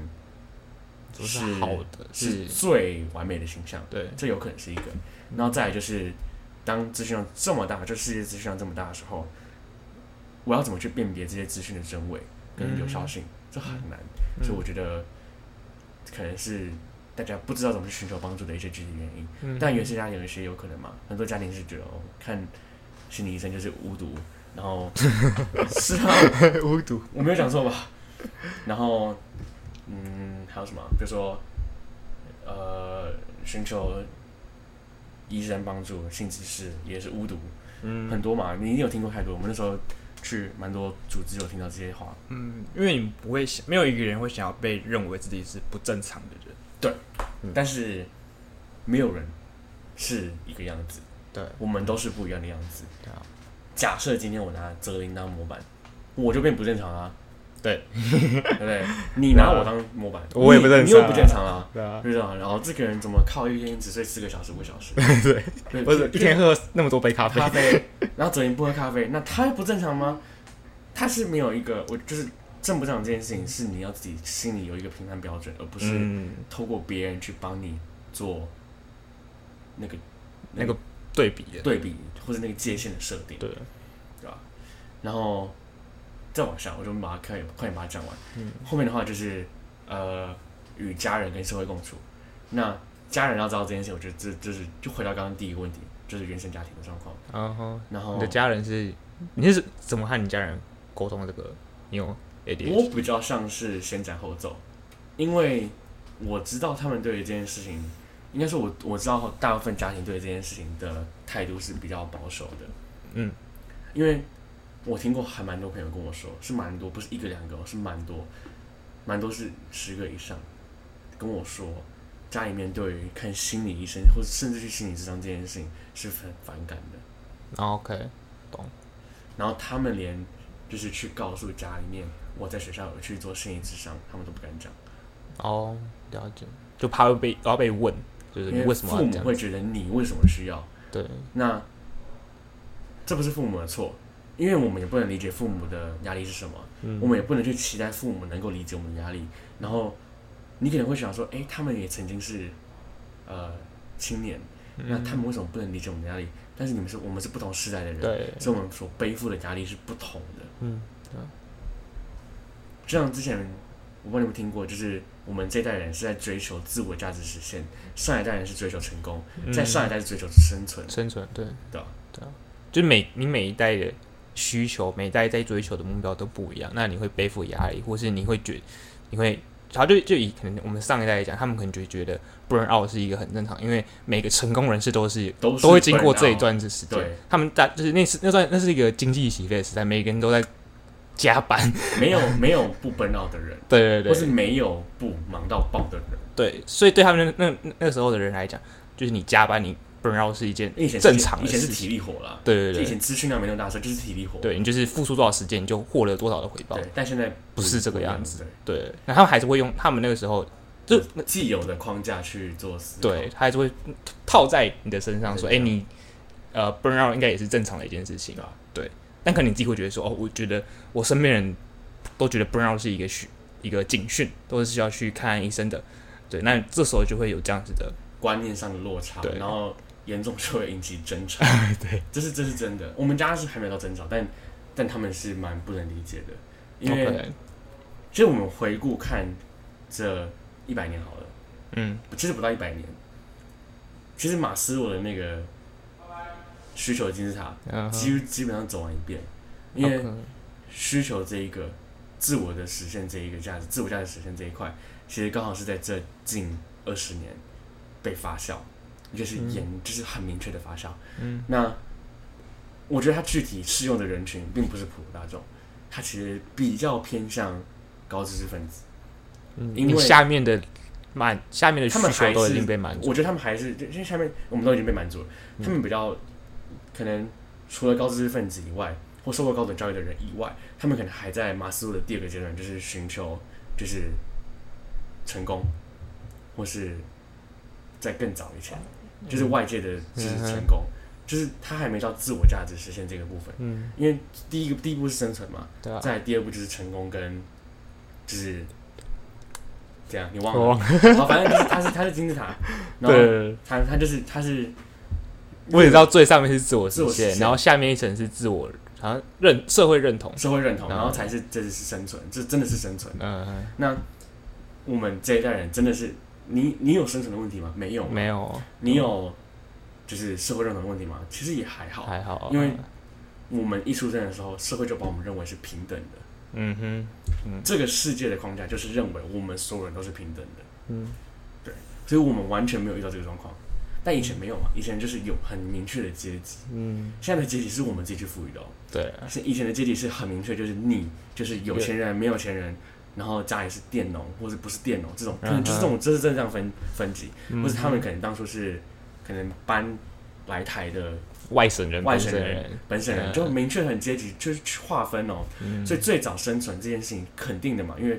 [SPEAKER 3] 都是
[SPEAKER 1] 是
[SPEAKER 3] 好的，
[SPEAKER 1] 是
[SPEAKER 3] 是，嗯
[SPEAKER 1] 最完美的形象，
[SPEAKER 3] 对，
[SPEAKER 1] 这有可能是一个。然后再来就是，当资讯量这么大，就世界资讯量这么大的时候，我要怎么去辨别这些资讯的真伪跟有效性？
[SPEAKER 3] 嗯
[SPEAKER 1] 这很难。所以我觉得，可能是大家不知道怎么去寻求帮助的一些具体原因。
[SPEAKER 3] 嗯
[SPEAKER 1] 但原生家庭有一些有可能嘛，很多家庭是觉得哦，看心理医生就是无毒，然 后是啊，
[SPEAKER 3] 无毒，
[SPEAKER 1] 我没有讲错吧？ 然后，嗯，还有什么？比如说，呃，寻求医生帮助，性知识也是巫毒，
[SPEAKER 3] 嗯
[SPEAKER 1] 很多嘛，你一定有听过太多。我们那时候去蛮多组织有听到这些话，
[SPEAKER 2] 嗯，因为你不会想，没有一个人会想要被认为自己是不正常的人。
[SPEAKER 3] 嗯
[SPEAKER 1] 但是没有人是一个样子，
[SPEAKER 3] 对，啊
[SPEAKER 1] 我们都是不一样的样子。
[SPEAKER 3] 对啊
[SPEAKER 1] 假设今天我拿泽林当模板，我就变不正常啦、
[SPEAKER 3] 对，
[SPEAKER 1] 对不对？你拿我当模板，
[SPEAKER 3] 我也
[SPEAKER 1] 你
[SPEAKER 3] 不正常啊
[SPEAKER 1] 你又不正常啊。
[SPEAKER 3] 对啊，
[SPEAKER 1] 就这样，然后这个人怎么靠一天只睡四个小时、五个小 时？对，
[SPEAKER 3] 不是一天喝那么多杯咖啡
[SPEAKER 1] 咖，啡，然后昨天不喝咖啡，那他不正常吗？他是没有一个，我就是正不正常这件事情，是你要自己心里有一个评判标准，而不是
[SPEAKER 3] 嗯，
[SPEAKER 1] 透过别人去帮你做那个
[SPEAKER 3] 那个对比的，
[SPEAKER 1] 对比或者那个界限的设定。
[SPEAKER 3] 对，
[SPEAKER 1] 然后再往下，我就把它快快点把它讲完。
[SPEAKER 3] 嗯
[SPEAKER 1] 后面的话就是呃，与家人跟社会共处。那家人要知道这件事，我觉得这这是就回到刚刚第一个问题，就是原生家庭的状况。
[SPEAKER 2] 然后
[SPEAKER 1] 然
[SPEAKER 3] 哦
[SPEAKER 1] 后
[SPEAKER 2] 嗯你的家人是你是怎么和你家人沟通这个？你有 ADHD？
[SPEAKER 1] 我比较像是先斩后奏，因为我知道他们对于这件事情，应该说我我知道大部分家庭对这件事情的态度是比较保守的。
[SPEAKER 2] 嗯，
[SPEAKER 1] 因为我听过还蛮多朋友跟我说，是蛮多，不是一个两个哦，是蛮多，蛮多是十个以上跟我说，家里面对于看心理医生或者甚至去心理治疗这件事情是很反感的。
[SPEAKER 2] 然后哦 OK，
[SPEAKER 1] 然后他们连就是去告诉家里面我在学校有去做心理智商，他们都不敢讲，
[SPEAKER 2] 哦，了解，嗯就怕会被要被问，就是你
[SPEAKER 1] 因
[SPEAKER 2] 为什么
[SPEAKER 1] 父
[SPEAKER 2] 要这
[SPEAKER 1] 母
[SPEAKER 2] 样？
[SPEAKER 1] 会觉得你为什么需要？
[SPEAKER 2] 对，
[SPEAKER 1] 那这不是父母的错，因为我们也不能理解父母的压力是什么，我
[SPEAKER 2] 嗯，
[SPEAKER 1] 们也不能去期待父母能够理解我们的压力。然后你可能会想说，诶，他们也曾经是呃青年，
[SPEAKER 2] 嗯
[SPEAKER 1] 那他们为什么不能理解我们的压力？但是你们是我们是不同时代的人，
[SPEAKER 2] 嗯对，
[SPEAKER 1] 所以我们所背负的压力是不同的。
[SPEAKER 2] 嗯，
[SPEAKER 1] 就像之前我不知道你们有没有听过，就是我们这一代人是在追求自我价值实现，上一代人是追求成功，在上一代是追求生存
[SPEAKER 2] 嗯。生存，对，
[SPEAKER 1] 对啊
[SPEAKER 2] 对啊，就每你每一代的需求，每一代在追求的目标都不一样，那你会背负压力，或是你会觉你会。他就就以可能我们上一代来讲，他们可能就觉得 burn out 是一个很正常，因为每个成功人士都是
[SPEAKER 1] 都是
[SPEAKER 2] 都会经过
[SPEAKER 1] burnout
[SPEAKER 2] 这一段子时间
[SPEAKER 1] 对。
[SPEAKER 2] 他们大就是那是那算那是一个经济起飞的时代，每个人都在加 班。
[SPEAKER 1] 没有没有不 burn out 的人，
[SPEAKER 2] 对对
[SPEAKER 1] 或是
[SPEAKER 2] 对
[SPEAKER 1] 没有不忙到爆的人。
[SPEAKER 2] 对，所以对他们那那那时候的人来讲，就是你加班你 burn out 是一件
[SPEAKER 1] 因为以前是
[SPEAKER 2] 正常
[SPEAKER 1] 以
[SPEAKER 2] 的
[SPEAKER 1] 前
[SPEAKER 2] 事
[SPEAKER 1] 是体
[SPEAKER 2] 情。
[SPEAKER 1] 力活啦，
[SPEAKER 2] 对对
[SPEAKER 1] 以
[SPEAKER 2] 对，
[SPEAKER 1] 前资讯量没那么大，所以就是体力活。
[SPEAKER 2] 对你就是付出多少时间，你就获得多少的回报
[SPEAKER 1] 对。，但现在
[SPEAKER 2] 不是这个样
[SPEAKER 1] 子。
[SPEAKER 2] 对，那他们还是会用他们那个时候，就
[SPEAKER 1] 对，就既有的框架去做思考。
[SPEAKER 2] 对，他还是会套在你的身上，说，哎、
[SPEAKER 1] 对对
[SPEAKER 2] 你呃 burn out 应该也是正常的一件事情
[SPEAKER 1] 对啊。
[SPEAKER 2] 对，但可能你自己会觉得说，哦，我觉得我身边人都觉得 burn out 是一个需一个警讯，都是需要去看医生的。对，那这时候就会有这样子的，
[SPEAKER 1] 观念上的落差，
[SPEAKER 2] 对
[SPEAKER 1] 然后严重就会引起争 吵。对，这是这是真的。我们家是还没有到争吵，但但他们是蛮不能理解的，因为
[SPEAKER 2] OK，
[SPEAKER 1] 其实我们回顾看这一百年好了，
[SPEAKER 2] 嗯，
[SPEAKER 1] 其实不到一百年，其实马斯洛的那个需求金字塔
[SPEAKER 2] 嗯
[SPEAKER 1] 几乎基本上走完一遍，因为
[SPEAKER 2] OK，
[SPEAKER 1] 需求这一个自我的实现这一个价值，自我价值实现这一块，其实刚好是在这近二十年被发酵，就是严，就是很明确的发酵。
[SPEAKER 2] 嗯，
[SPEAKER 1] 那我觉得它具体适用的人群并不是普罗大众，它其实比较偏向高知识分子。
[SPEAKER 2] 嗯
[SPEAKER 1] 因
[SPEAKER 2] 你
[SPEAKER 1] 为
[SPEAKER 2] 下面的满下面的需
[SPEAKER 1] 他们还
[SPEAKER 2] 求都已
[SPEAKER 1] 是
[SPEAKER 2] 经被满足，
[SPEAKER 1] 我觉得他们还是，就因为下面我们都已经被满足了，
[SPEAKER 2] 嗯
[SPEAKER 1] 他们比较可能除了高知识分子以外，或受过高等教育的人以外，他们可能还在马斯洛的第二个阶段，就是寻求就是成功，或是在更早以前，
[SPEAKER 2] 嗯
[SPEAKER 1] 就是外界的知识成功，就是他还没到自我价值实现这个部分，
[SPEAKER 2] 嗯，
[SPEAKER 1] 因为第一个第一步是生存嘛，
[SPEAKER 2] 对啊，
[SPEAKER 1] 再来第二步就是成功跟就是。这样你忘了？
[SPEAKER 2] 我 忘了，
[SPEAKER 1] 好，反正就是他是他是金字塔，然后
[SPEAKER 2] 对，
[SPEAKER 1] 他他就是他是
[SPEAKER 2] 我只知道最上面是自我实
[SPEAKER 1] 自我实
[SPEAKER 2] 现，
[SPEAKER 1] 现
[SPEAKER 2] 然后下面一层是自我，好像认社会认同，
[SPEAKER 1] 社会认同，
[SPEAKER 2] 嗯
[SPEAKER 1] 然后才是这是生存，这真的是生存。
[SPEAKER 2] 嗯，
[SPEAKER 1] 那我们这一代人真的是，你你有生存的问题吗？没有，
[SPEAKER 2] 没。有，
[SPEAKER 1] 你有就是社会认同的问题吗？其实也还好。
[SPEAKER 2] 还好，
[SPEAKER 1] 因为我们一出生的时候，社会就把我们认为是平等的，
[SPEAKER 2] 嗯哼，
[SPEAKER 1] 这个世界的框架就是认为我们所有人都是平等的，
[SPEAKER 2] 嗯，
[SPEAKER 1] 所以我们完全没有遇到这个状况。但以前没有嘛，以前就是有很明确的阶级，
[SPEAKER 2] 嗯，
[SPEAKER 1] 现在的阶级是我们自己去赋予的、哦。
[SPEAKER 2] 对，
[SPEAKER 1] 是以前的阶级是很明确，就是你就是有钱人、没有钱人，然后家里是佃农或者不是佃农这种，
[SPEAKER 2] 嗯
[SPEAKER 1] 可能就是这种，这是正常分分级，或是他们可能当初是可能搬来台的
[SPEAKER 2] 外省人、
[SPEAKER 1] 外
[SPEAKER 2] 本
[SPEAKER 1] 省
[SPEAKER 2] 省
[SPEAKER 1] 人
[SPEAKER 2] 人，
[SPEAKER 1] 本省人，
[SPEAKER 2] 嗯
[SPEAKER 1] 就明确很阶级，就是去划分哦。
[SPEAKER 2] 嗯
[SPEAKER 1] 所以最早生存这件事情肯定的嘛，因为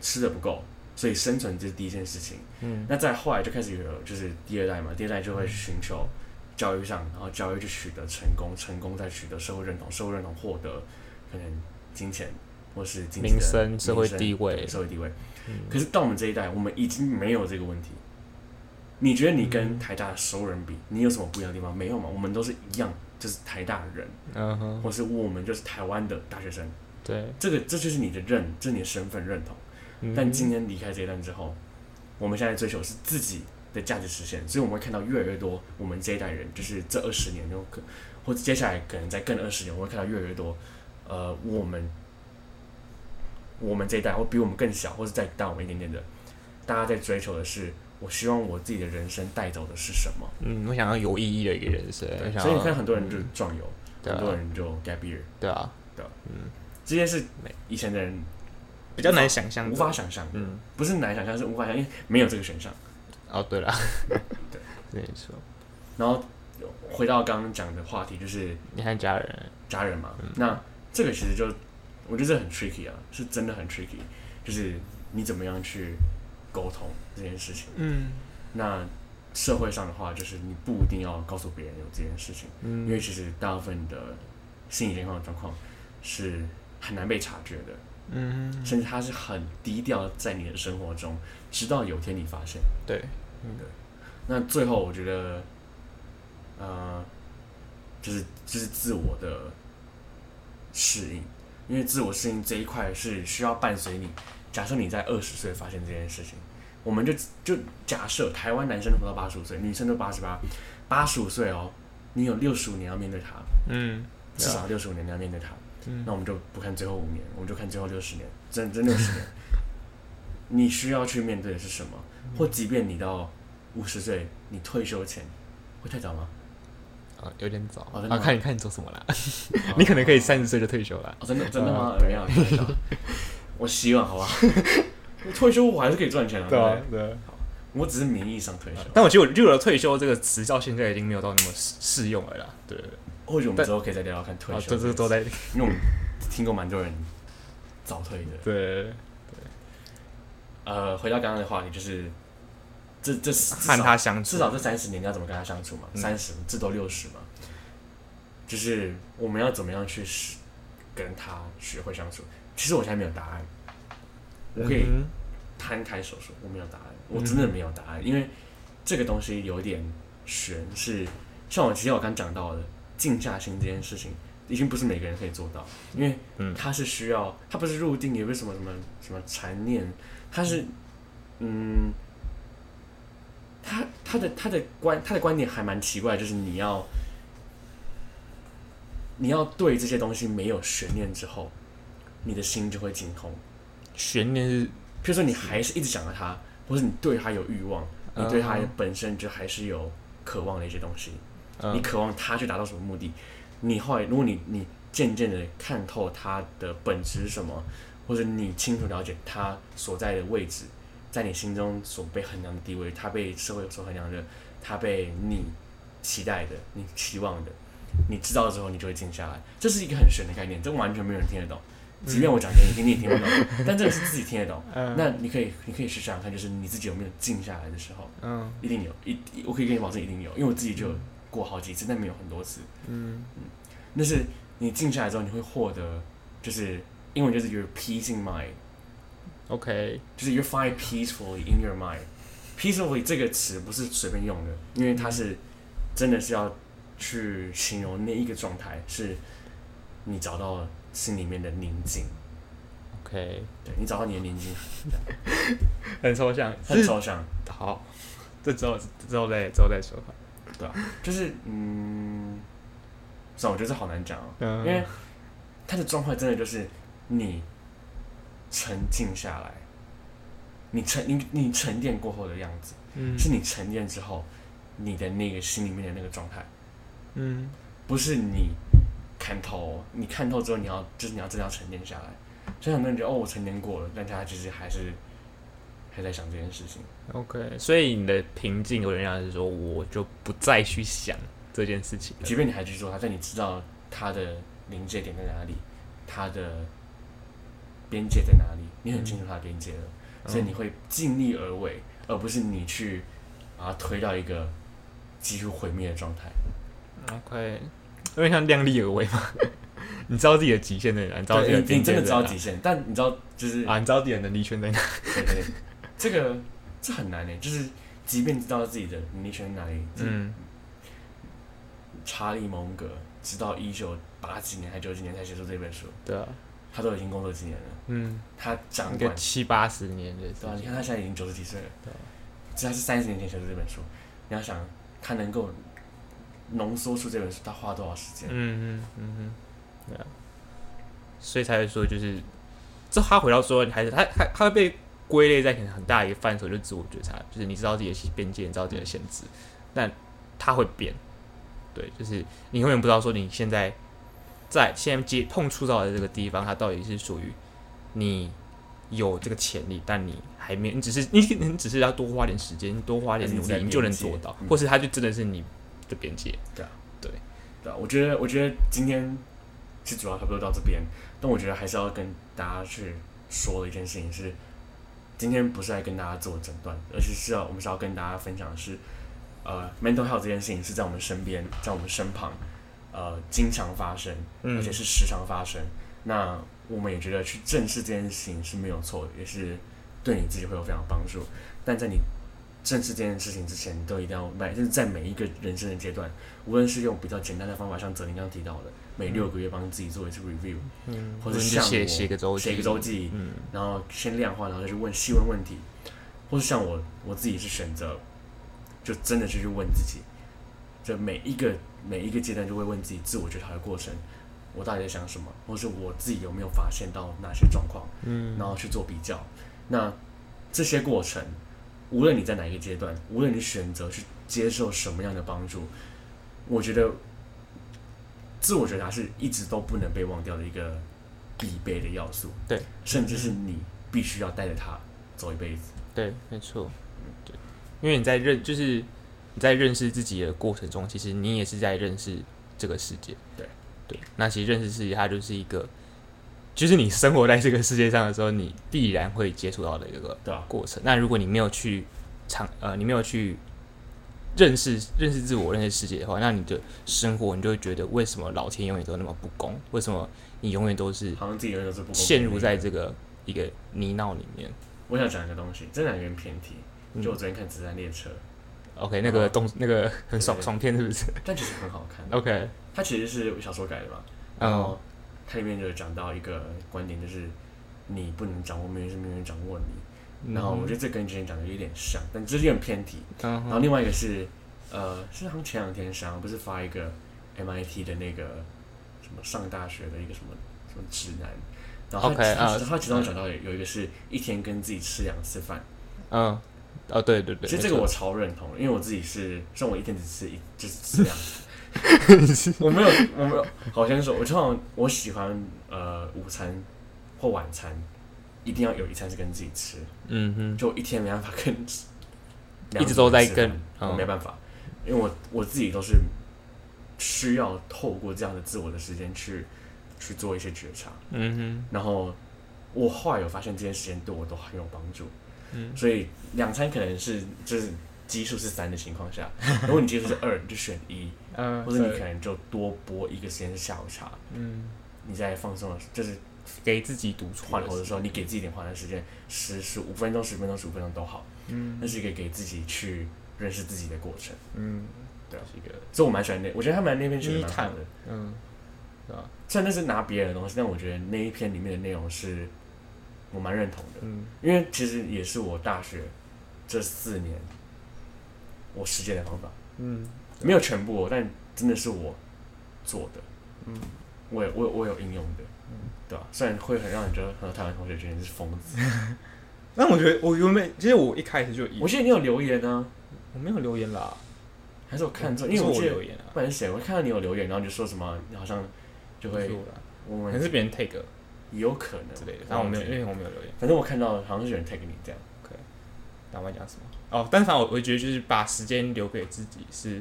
[SPEAKER 1] 吃的不够，所以生存这是第一件事情。
[SPEAKER 2] 嗯，
[SPEAKER 1] 那再后来就开始有就是第二代嘛，第二代就会寻求教育上，然后教育去取得成功，成功再取得社会认同，社会认同获得可能金钱或是经济的
[SPEAKER 2] 民生社会地位
[SPEAKER 1] 对社会地位。
[SPEAKER 2] 嗯
[SPEAKER 1] 可是到我们这一代，我们已经没有这个问题。你觉得你跟台大的熟人比，你有什么不一样的地方？没有嘛，我们都是一样，就是台大人，
[SPEAKER 2] 嗯哼，
[SPEAKER 1] 或是我们就是台湾的大学生。
[SPEAKER 2] 对，嗯
[SPEAKER 1] 这个这就是你的认，这是你的身份认同。但今天离开这一段之后，我们现在追求是自己的价值实现，所以我们会看到越来越多我们这一代人，就是这二十年，就可或者接下来可能在更二十年，我会看到越来越多，呃，我们我们这一代或比我们更小，或者再大我们一点点的，大家在追求的是，我希望我自己的人生带走的是什么？
[SPEAKER 3] 嗯，我想要有意义的一个人生，我
[SPEAKER 1] 对，
[SPEAKER 3] 想
[SPEAKER 1] 所以你
[SPEAKER 3] 要
[SPEAKER 1] 看很多人就
[SPEAKER 3] 嗯
[SPEAKER 1] 壮游，
[SPEAKER 3] 对
[SPEAKER 1] 很多
[SPEAKER 3] 啊，
[SPEAKER 1] 人就 gap year，
[SPEAKER 3] 对啊，
[SPEAKER 2] 嗯
[SPEAKER 1] 这些是以前的人
[SPEAKER 3] 比较难想象的，
[SPEAKER 1] 无法想象，
[SPEAKER 3] 嗯，
[SPEAKER 1] 不是难以想象，是无法想象，因为没有这个选项。
[SPEAKER 3] 哦，对了， 对，没错，
[SPEAKER 1] 然后回到刚刚讲的话题，就是
[SPEAKER 3] 你看家人，
[SPEAKER 1] 家人嘛，
[SPEAKER 2] 嗯
[SPEAKER 1] 那这个其实就我觉得这很 tricky 啊，是真的很 tricky，就是你怎么样去沟通这件事情。
[SPEAKER 3] 嗯
[SPEAKER 1] 那社会上的话，就是你不一定要告诉别人有这件事情，因为
[SPEAKER 3] 嗯
[SPEAKER 1] 其实大部分的心理健康的状况是很难被察觉的，
[SPEAKER 3] 嗯，
[SPEAKER 1] 甚至它是很低调在你的生活中，直到有天你发现。嗯
[SPEAKER 3] 对，
[SPEAKER 1] 那最后我觉得，呃，就是就是自我的适应，因为自我适应这一块是需要伴随你。假设你在二十岁发现这件事情，我们就就假设台湾男生活到八十五岁，女生都八十八，八十五岁哦，你有六十五年要面对他，
[SPEAKER 3] 嗯，
[SPEAKER 1] 至少六十五年你要面对他。
[SPEAKER 3] 嗯
[SPEAKER 1] 那我们就不看最后五年，我们就看最后六十年，真真六十年，你需要去面对的是什么？或即便你到五十岁，你退休前会太早吗？
[SPEAKER 3] 啊，有点早，
[SPEAKER 1] 哦真的
[SPEAKER 3] 啊，
[SPEAKER 1] 吗
[SPEAKER 3] 看你看你做什么啦， 你可能可以啊三十岁就退休啦。
[SPEAKER 1] 哦，真的真的吗？没有，开玩笑我希望好吧。我退休我还是可以赚钱啊，对不对，
[SPEAKER 3] 对啊。啊
[SPEAKER 1] 我只是名义上退休。
[SPEAKER 3] 但我觉得我就有了退休这个词到现在已经没有到那么适适用了啦。对，
[SPEAKER 1] 或许我们
[SPEAKER 3] 但
[SPEAKER 1] 之后可以再聊聊看退
[SPEAKER 3] 啊，
[SPEAKER 1] 休
[SPEAKER 3] 这
[SPEAKER 1] 这个
[SPEAKER 3] 这
[SPEAKER 1] 词，
[SPEAKER 3] 都在
[SPEAKER 1] 因为我们听过蛮多人早退的。
[SPEAKER 3] 对
[SPEAKER 1] 呃，回到刚刚的话题，就是这这至
[SPEAKER 3] 和
[SPEAKER 1] 少
[SPEAKER 3] 他相处，
[SPEAKER 1] 至少这三十年你要怎么跟他相处嘛？
[SPEAKER 3] 嗯
[SPEAKER 1] 三十、至多六十嘛，就是我们要怎么样去学跟他学会相处？其实我现在没有答案，我可以
[SPEAKER 3] 嗯
[SPEAKER 1] 摊开手说我没有答案，我真的没有答案，因为这个东西有点悬，是像我之前我刚讲到的静下心这件事情，已经不是每个人可以做到，因为
[SPEAKER 3] 嗯
[SPEAKER 1] 它是需要，它不是入定，也不是什么什么什么禅念，它是嗯，他他的他的观他的观点还蛮奇怪，就是你要你要对这些东西没有悬念之后，你的心就会净空。
[SPEAKER 3] 悬念是
[SPEAKER 1] 譬如说你还是一直想着他，或者你对他有欲望，你对他
[SPEAKER 3] 嗯
[SPEAKER 1] 本身就还是有渴望的一些东西，你
[SPEAKER 3] 嗯
[SPEAKER 1] 渴望他去达到什么目的，你后来如果你你渐渐的看透他的本质是什么，或者你清楚了解他所在的位置，在你心中所被衡量的地位，他被社会所衡量的，他被你期待的，你期望的。你知道之后，你就会静下来。这是一个很玄的概念，这完全没有人听得懂。即便我讲给你听，你也听不懂。但这个是自己听得懂，
[SPEAKER 3] 嗯
[SPEAKER 1] 那你可以，你可以试想想看，就是你自己有没有静下来的时候，
[SPEAKER 3] 嗯
[SPEAKER 1] 一定有，一一我可以跟你保证一定有，因为我自己就有过好几次，但没有很多次。
[SPEAKER 3] 嗯
[SPEAKER 1] 但是你静下来之后，你会获得，就是英文就是 your peace in mind，
[SPEAKER 3] ，OK，
[SPEAKER 1] 就是 you find peacefully in your mind。peacefully 这个词不是随便用的，因为它是真的是要去形容那一个状态，是你找到心里面的宁静，
[SPEAKER 3] OK，
[SPEAKER 1] 对你找到你的宁静，
[SPEAKER 3] 很抽象，
[SPEAKER 1] 很抽象。
[SPEAKER 3] 好，这之后之后再之后再说吧。
[SPEAKER 1] 就是嗯，算了，我觉得这好难讲哦，因为
[SPEAKER 3] 嗯
[SPEAKER 1] 他的状态真的就是你沉静下来，你沉你你沉淀过后的样子，
[SPEAKER 3] 嗯
[SPEAKER 1] 是你沉淀之后你的那个心里面的那个状态，
[SPEAKER 3] 嗯
[SPEAKER 1] 不是你看透，哦你看透之后你要就是你要真的要沉淀下来，所以很多人觉得哦我沉淀过了，但他其实还是还在想这件事情，
[SPEAKER 3] ，OK，所以你的平静有点像是说，我就不再去想这件事情了。
[SPEAKER 1] 即便你还去做它，但你知道它的临界点在哪里，它的边界在哪里，你很清楚它的边界了，
[SPEAKER 3] 嗯
[SPEAKER 1] 所以你会尽力而为，而不是你去把它推到一个几乎毁灭的状态。
[SPEAKER 3] OK，有点像量力而为嘛。 你知道自己的极限在哪？你知道自己
[SPEAKER 1] 对
[SPEAKER 3] 的
[SPEAKER 1] 你你
[SPEAKER 3] 边界
[SPEAKER 1] 真的知道
[SPEAKER 3] 在哪
[SPEAKER 1] 极限，但你知道就是
[SPEAKER 3] 啊？你知道自己的能力圈在哪？
[SPEAKER 1] 对对对，这个这很难呢，欸就是即便知道自己的能力圈在哪里，嗯，
[SPEAKER 3] 嗯
[SPEAKER 1] 查理蒙格直到一九八几年还九几年才写出这本书，
[SPEAKER 3] 对啊，
[SPEAKER 1] 他都已经工作几年了，
[SPEAKER 2] 嗯，
[SPEAKER 1] 他掌
[SPEAKER 2] 一
[SPEAKER 1] 管
[SPEAKER 2] 个七八十年的事
[SPEAKER 1] 对啊，你
[SPEAKER 2] 情，
[SPEAKER 1] 看他现在已经九十几岁了，
[SPEAKER 2] 对啊
[SPEAKER 1] 这他是三十年前写的这本书，你要想他能够浓缩出这本书，他花多少时间？
[SPEAKER 2] 嗯嗯嗯嗯，对啊，所以才会说就是，这他回到说你还是他他他会被归类在很很大一个范畴，就是自我觉察，就是你知道自己的边界，你知道自己的限制，但他会变，对，就是你永远不知道说你现在在现在接碰触到的这个地方，它到底是属于你。有这个潜力，但你还没有，你只是 你你只是要多花点时间，多花点
[SPEAKER 1] 还是
[SPEAKER 2] 努
[SPEAKER 1] 你在
[SPEAKER 2] 力，你就能
[SPEAKER 1] 边界
[SPEAKER 2] 做到，
[SPEAKER 1] 嗯
[SPEAKER 2] 或是它就真的是你的边界。
[SPEAKER 1] 对啊，我觉得我觉得今天是主要差不多到这边，但我觉得还是要跟大家去说的一件事情是，今天不是来跟大家做诊断，而是是要我们是要跟大家分享的是，呃，mental health 这件事情是在我们身边，在我们身旁，呃，经常发生，而
[SPEAKER 2] 嗯
[SPEAKER 1] 且是时常发生。那我们也觉得去正视这件事情是没有错的，也是对你自己会有非常帮助。但在你正视这件事情之前，你都一定要每就是在每一个人生的阶段，无论是用比较简单的方法，像泽林刚提到的，每六个月帮自己做一次 review，、
[SPEAKER 2] 嗯，
[SPEAKER 1] 或者
[SPEAKER 2] 是
[SPEAKER 1] 像
[SPEAKER 2] 写
[SPEAKER 1] 我
[SPEAKER 2] 写个周记，
[SPEAKER 1] 写一个周记，
[SPEAKER 2] 嗯
[SPEAKER 1] 然后先量化，然后再去问细问问题，或是像我我自己是选择，就真的是去问自己，就每一个每一个阶段就会问自己自我觉察的过程，我到底在想什么，或是我自己有没有发现到哪些状况，
[SPEAKER 2] 嗯
[SPEAKER 1] 然后去做比较。那这些过程，无论你在哪一个阶段，无论你选择去接受什么样的帮助，我觉得自我觉察是一直都不能被忘掉的一个必备的要素。
[SPEAKER 2] 对，
[SPEAKER 1] 甚至是你必须要带着它走一辈子。
[SPEAKER 2] 对，没错，对，因为你在认，就是你在认识自己的过程中，其实你也是在认识这个世界。
[SPEAKER 1] 对，
[SPEAKER 2] 对，那其实认识世界，它就是一个，就是你生活在这个世界上的时候，你必然会接触到的一个
[SPEAKER 1] 对啊，
[SPEAKER 2] 过程。那如果你没有去尝，呃，你没有去认识认识自我、认识世界的话，那你的生活你就会觉得，为什么老天永远都那么不公？为什么你永远都是
[SPEAKER 1] 好像自己永远都是不公平的
[SPEAKER 2] 陷入在这个一个泥淖里面。
[SPEAKER 1] 我想讲一个东西，真的有点偏题。
[SPEAKER 2] 嗯
[SPEAKER 1] 就我昨天看《子弹列车
[SPEAKER 2] OK，那个动那个很爽
[SPEAKER 1] 对
[SPEAKER 2] 爽片是不是》，
[SPEAKER 1] 但其实很好看。
[SPEAKER 2] ？OK，
[SPEAKER 1] 它其实是小说改的嘛，然
[SPEAKER 2] 嗯
[SPEAKER 1] 后它里面就有讲到一个观点，就是你不能掌握命运，是命运掌握你。然后我觉得这跟之前讲的有点像，但这是有点偏题。
[SPEAKER 2] 嗯
[SPEAKER 1] 然后另外一个是，呃，是好像前两天想不是发一个 MIT 的那个什么上大学的一个什么什么指南，然后他
[SPEAKER 2] OK，
[SPEAKER 1] 他
[SPEAKER 2] 啊
[SPEAKER 1] 其他其中讲到有有一个是一天跟自己吃两次饭，
[SPEAKER 2] 嗯，哦对对对，
[SPEAKER 1] 其实这个我超认同，因为我自己是，像我一天只吃一，就是吃两次。 我没有，我没有，好像说，我通常我喜欢呃午餐或晚餐，一定要有一餐是跟自己吃，
[SPEAKER 2] 嗯哼，
[SPEAKER 1] 就我一天没办法 跟，
[SPEAKER 2] 一直都在
[SPEAKER 1] 两
[SPEAKER 2] 跟
[SPEAKER 1] 个人吃饭
[SPEAKER 2] 嗯
[SPEAKER 1] 我没办法，因为我我自己都是需要透过这样的自我的时间去去做一些觉察，
[SPEAKER 2] 嗯
[SPEAKER 1] 然后我后来有发现这件事情对我都很有帮助，
[SPEAKER 2] 嗯
[SPEAKER 1] 所以两餐可能是就是基数是三的情况下，如果你基数是二，你就选一，
[SPEAKER 2] 哼，嗯，
[SPEAKER 1] 或者你可能就多拨一个时间是下午茶，
[SPEAKER 2] 嗯，
[SPEAKER 1] 你在放松的时候，就是
[SPEAKER 2] 给自己独处
[SPEAKER 1] 缓头的时候，你给自己一点缓的时间，十十五分钟、十分钟、十五分钟都好，
[SPEAKER 2] 嗯
[SPEAKER 1] 那是一个给自己去认识自己的过程，
[SPEAKER 2] 嗯，
[SPEAKER 1] 对啊
[SPEAKER 2] 是一个
[SPEAKER 1] 所以我蛮喜欢那，我觉得他们那篇写的蛮好
[SPEAKER 2] 密
[SPEAKER 1] 的，
[SPEAKER 2] 嗯，对吧？
[SPEAKER 1] 虽然那是拿别人的东西，但我觉得那一篇里面的内容是我蛮认同的。
[SPEAKER 2] 嗯
[SPEAKER 1] 因为其实也是我大学这四年我实践的方法，
[SPEAKER 2] 嗯
[SPEAKER 1] 没有全部哦，但真的是我做的，
[SPEAKER 2] 嗯，
[SPEAKER 1] 我有我有我有应用的，
[SPEAKER 2] 嗯
[SPEAKER 1] 对吧、虽然会很让人觉得很多台湾同学觉得你是疯子，
[SPEAKER 2] 那我觉得我原本其实我一开始就以
[SPEAKER 1] 我记得你有留言呢、
[SPEAKER 2] 我没有留言啦，
[SPEAKER 1] 还是我看错，
[SPEAKER 2] 不
[SPEAKER 1] 因为
[SPEAKER 2] 是
[SPEAKER 1] 我
[SPEAKER 2] 我
[SPEAKER 1] 记得
[SPEAKER 2] 留言啊，
[SPEAKER 1] 不然是谁，我看到你有留言，然后你就说什么你好像就
[SPEAKER 2] 不
[SPEAKER 1] 会
[SPEAKER 2] 是我哦啦，
[SPEAKER 1] 我
[SPEAKER 2] 可
[SPEAKER 1] 们
[SPEAKER 2] 能是别人 take
[SPEAKER 1] 有可能
[SPEAKER 2] 之类的，但我没有，因为我没有留言。
[SPEAKER 1] 反正我看到好像是有人 tag 你这样，
[SPEAKER 2] 那我要讲什么？哦，但是我我觉得就是把时间留给自己是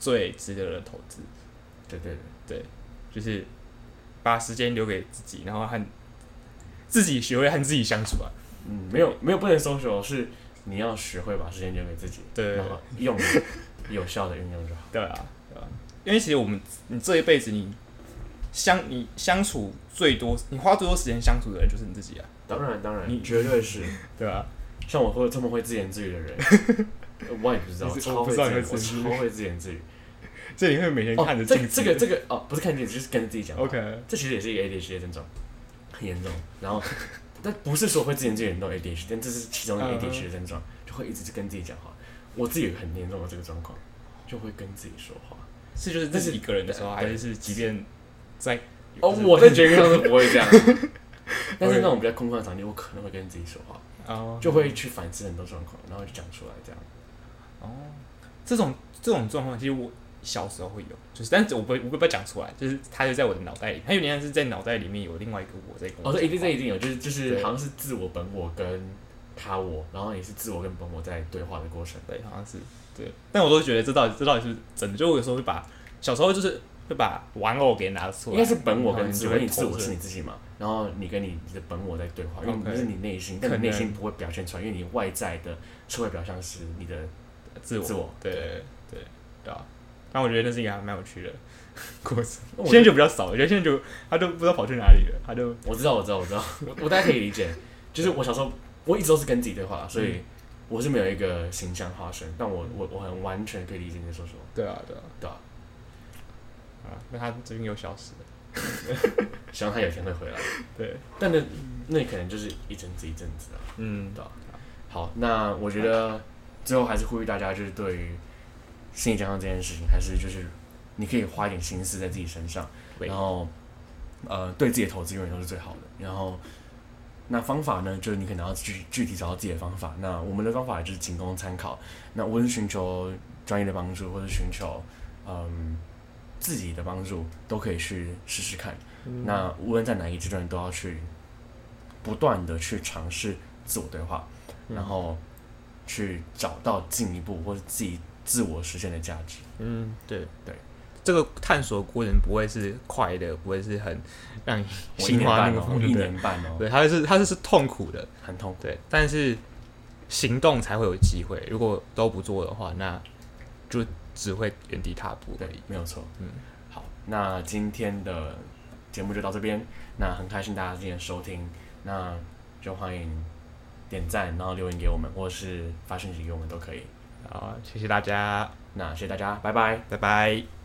[SPEAKER 2] 最值得的投资，
[SPEAKER 1] 对对对，
[SPEAKER 2] 就是把时间留给自己，然后和自己学会和自己相处啊。
[SPEAKER 1] 嗯，没有没有不能 social 是你要学会把时间留给自己，
[SPEAKER 2] 对
[SPEAKER 1] 然后用有效的运用就好。
[SPEAKER 2] 对啊，对啊，因为其实我们你这一辈子你相你相处最多，你花最多时间相处的人就是你自己啊，
[SPEAKER 1] 当然，当然，
[SPEAKER 2] 你
[SPEAKER 1] 绝对是。
[SPEAKER 2] 对啊，
[SPEAKER 1] 像我会这么会自言自语的 人，我也不知道，
[SPEAKER 2] 你
[SPEAKER 1] 我
[SPEAKER 2] 是
[SPEAKER 1] 超
[SPEAKER 2] 我不
[SPEAKER 1] 会
[SPEAKER 2] 知
[SPEAKER 1] 自
[SPEAKER 2] 道你
[SPEAKER 1] 言
[SPEAKER 2] 会
[SPEAKER 1] 我
[SPEAKER 2] 自言自语
[SPEAKER 1] 超会自言自语。
[SPEAKER 2] 这你会每天
[SPEAKER 1] 哦
[SPEAKER 2] 看着，
[SPEAKER 1] 这
[SPEAKER 2] 镜
[SPEAKER 1] 个
[SPEAKER 2] 子、
[SPEAKER 1] 这个这个哦，不是看镜子，就是跟自己讲话。
[SPEAKER 2] OK，
[SPEAKER 1] 这其实也是一个 ADHD 的症状。很严重。然 后，但不是说会自言自语很多 ADHD，但这是其中一个
[SPEAKER 2] 嗯
[SPEAKER 1] ADHD 的症状，就会一直跟自己讲话。我自己有很严重的这个状况，就会跟自己说话。
[SPEAKER 2] 是就是自己一个人的时候，
[SPEAKER 1] 对
[SPEAKER 2] 还是是即便在
[SPEAKER 1] 哦，
[SPEAKER 2] 就是
[SPEAKER 1] 我在决定上是不会这样， 但是那种比较空旷的场地，我可能会跟自己说话，
[SPEAKER 2] 哦
[SPEAKER 1] 就会去反思很多状况，然后就讲出来这样。
[SPEAKER 2] 哦，这种这种状况，其实我小时候会有，就是，但是我不会我不会把它讲出来，就是它就在我的脑袋里，它有点像是在脑袋里面有另外一个我在跟我
[SPEAKER 1] 哦，这一定这
[SPEAKER 2] 在
[SPEAKER 1] 一定有，就是就是
[SPEAKER 2] 对
[SPEAKER 1] 好像是自我、本我跟他我，然后也是自我跟本我在对话的过程。
[SPEAKER 2] 对，好像是对，但我都觉得这到底这到底是不是真的，就我有时候会把小时候就是会把玩偶给拿出来，
[SPEAKER 1] 应该是本我
[SPEAKER 2] 然后
[SPEAKER 1] 跟
[SPEAKER 2] 你
[SPEAKER 1] 自
[SPEAKER 2] 就
[SPEAKER 1] 我，因
[SPEAKER 2] 会
[SPEAKER 1] 为你自
[SPEAKER 2] 投
[SPEAKER 1] 我
[SPEAKER 2] 射
[SPEAKER 1] 是你自己嘛，然后你跟你的本我在对话，因为
[SPEAKER 2] 啊 OK
[SPEAKER 1] 不是你内心，但
[SPEAKER 2] 可
[SPEAKER 1] 你
[SPEAKER 2] 能
[SPEAKER 1] 内心不会表现出来，因为你外在的社会表象是你的
[SPEAKER 2] 自我，
[SPEAKER 1] 自我。
[SPEAKER 2] 对对对对啊。但我觉得那是一个还蛮有趣的 过程，
[SPEAKER 1] 那我
[SPEAKER 2] 现在就比较少，我觉得现在就他都不知道跑去哪里了，他就
[SPEAKER 1] 我知道，我知道，我 知道，我我大家可以理解。就是我小时候，我一直都是跟自己对话，所
[SPEAKER 2] 嗯
[SPEAKER 1] 以我是没有一个形象化身，但我我我很完全可以理解你在说什么。
[SPEAKER 2] 对啊对啊
[SPEAKER 1] 对啊
[SPEAKER 2] 啊，那他最近又消失了，
[SPEAKER 1] 希望他有一天会回来，
[SPEAKER 2] 对，
[SPEAKER 1] 但那那可能就是一阵子一阵子啊。
[SPEAKER 2] 嗯
[SPEAKER 1] 对啊好，那我觉得最后还是呼吁大家，就是对于心理健康这件事情，还是就是你可以花一点心思在自己身上，
[SPEAKER 2] 对
[SPEAKER 1] 然后呃，对自己的投资永远都是最好的。然后那方法呢，就是你可能要具具体找到自己的方法。那我们的方法就是仅供参考。那无论是寻求专业的帮助，或者寻求嗯自己的帮助，都可以去试试看。
[SPEAKER 2] 嗯
[SPEAKER 1] 那无论在哪一个阶段，都要去不断的去尝试自我对话，
[SPEAKER 2] 嗯
[SPEAKER 1] 然后去找到进一步或者自己自我实现的价值。
[SPEAKER 2] 嗯，对
[SPEAKER 1] 对，
[SPEAKER 2] 这个探索过程不会是快乐，不会是很让你
[SPEAKER 1] 我一
[SPEAKER 2] 心
[SPEAKER 1] 年
[SPEAKER 2] 花
[SPEAKER 1] 半
[SPEAKER 2] 怒
[SPEAKER 1] 哦，
[SPEAKER 2] 放，
[SPEAKER 1] 我
[SPEAKER 2] 对
[SPEAKER 1] 一
[SPEAKER 2] 不对
[SPEAKER 1] 年半哦，
[SPEAKER 2] 对，它是它是是痛苦的，
[SPEAKER 1] 很痛苦。
[SPEAKER 2] 对，但是行动才会有机会，如果都不做的话，那就只会原地踏步而
[SPEAKER 1] 对
[SPEAKER 2] 已。，
[SPEAKER 1] 没有错。
[SPEAKER 2] 嗯，
[SPEAKER 1] 好，那今天的节目就到这边。那很开心大家今天收听，那就欢迎点赞，然后留言给我们，或者是发信息给我们都可以。
[SPEAKER 2] 好，谢谢大家，
[SPEAKER 1] 那谢谢大家，拜拜。
[SPEAKER 2] 拜拜。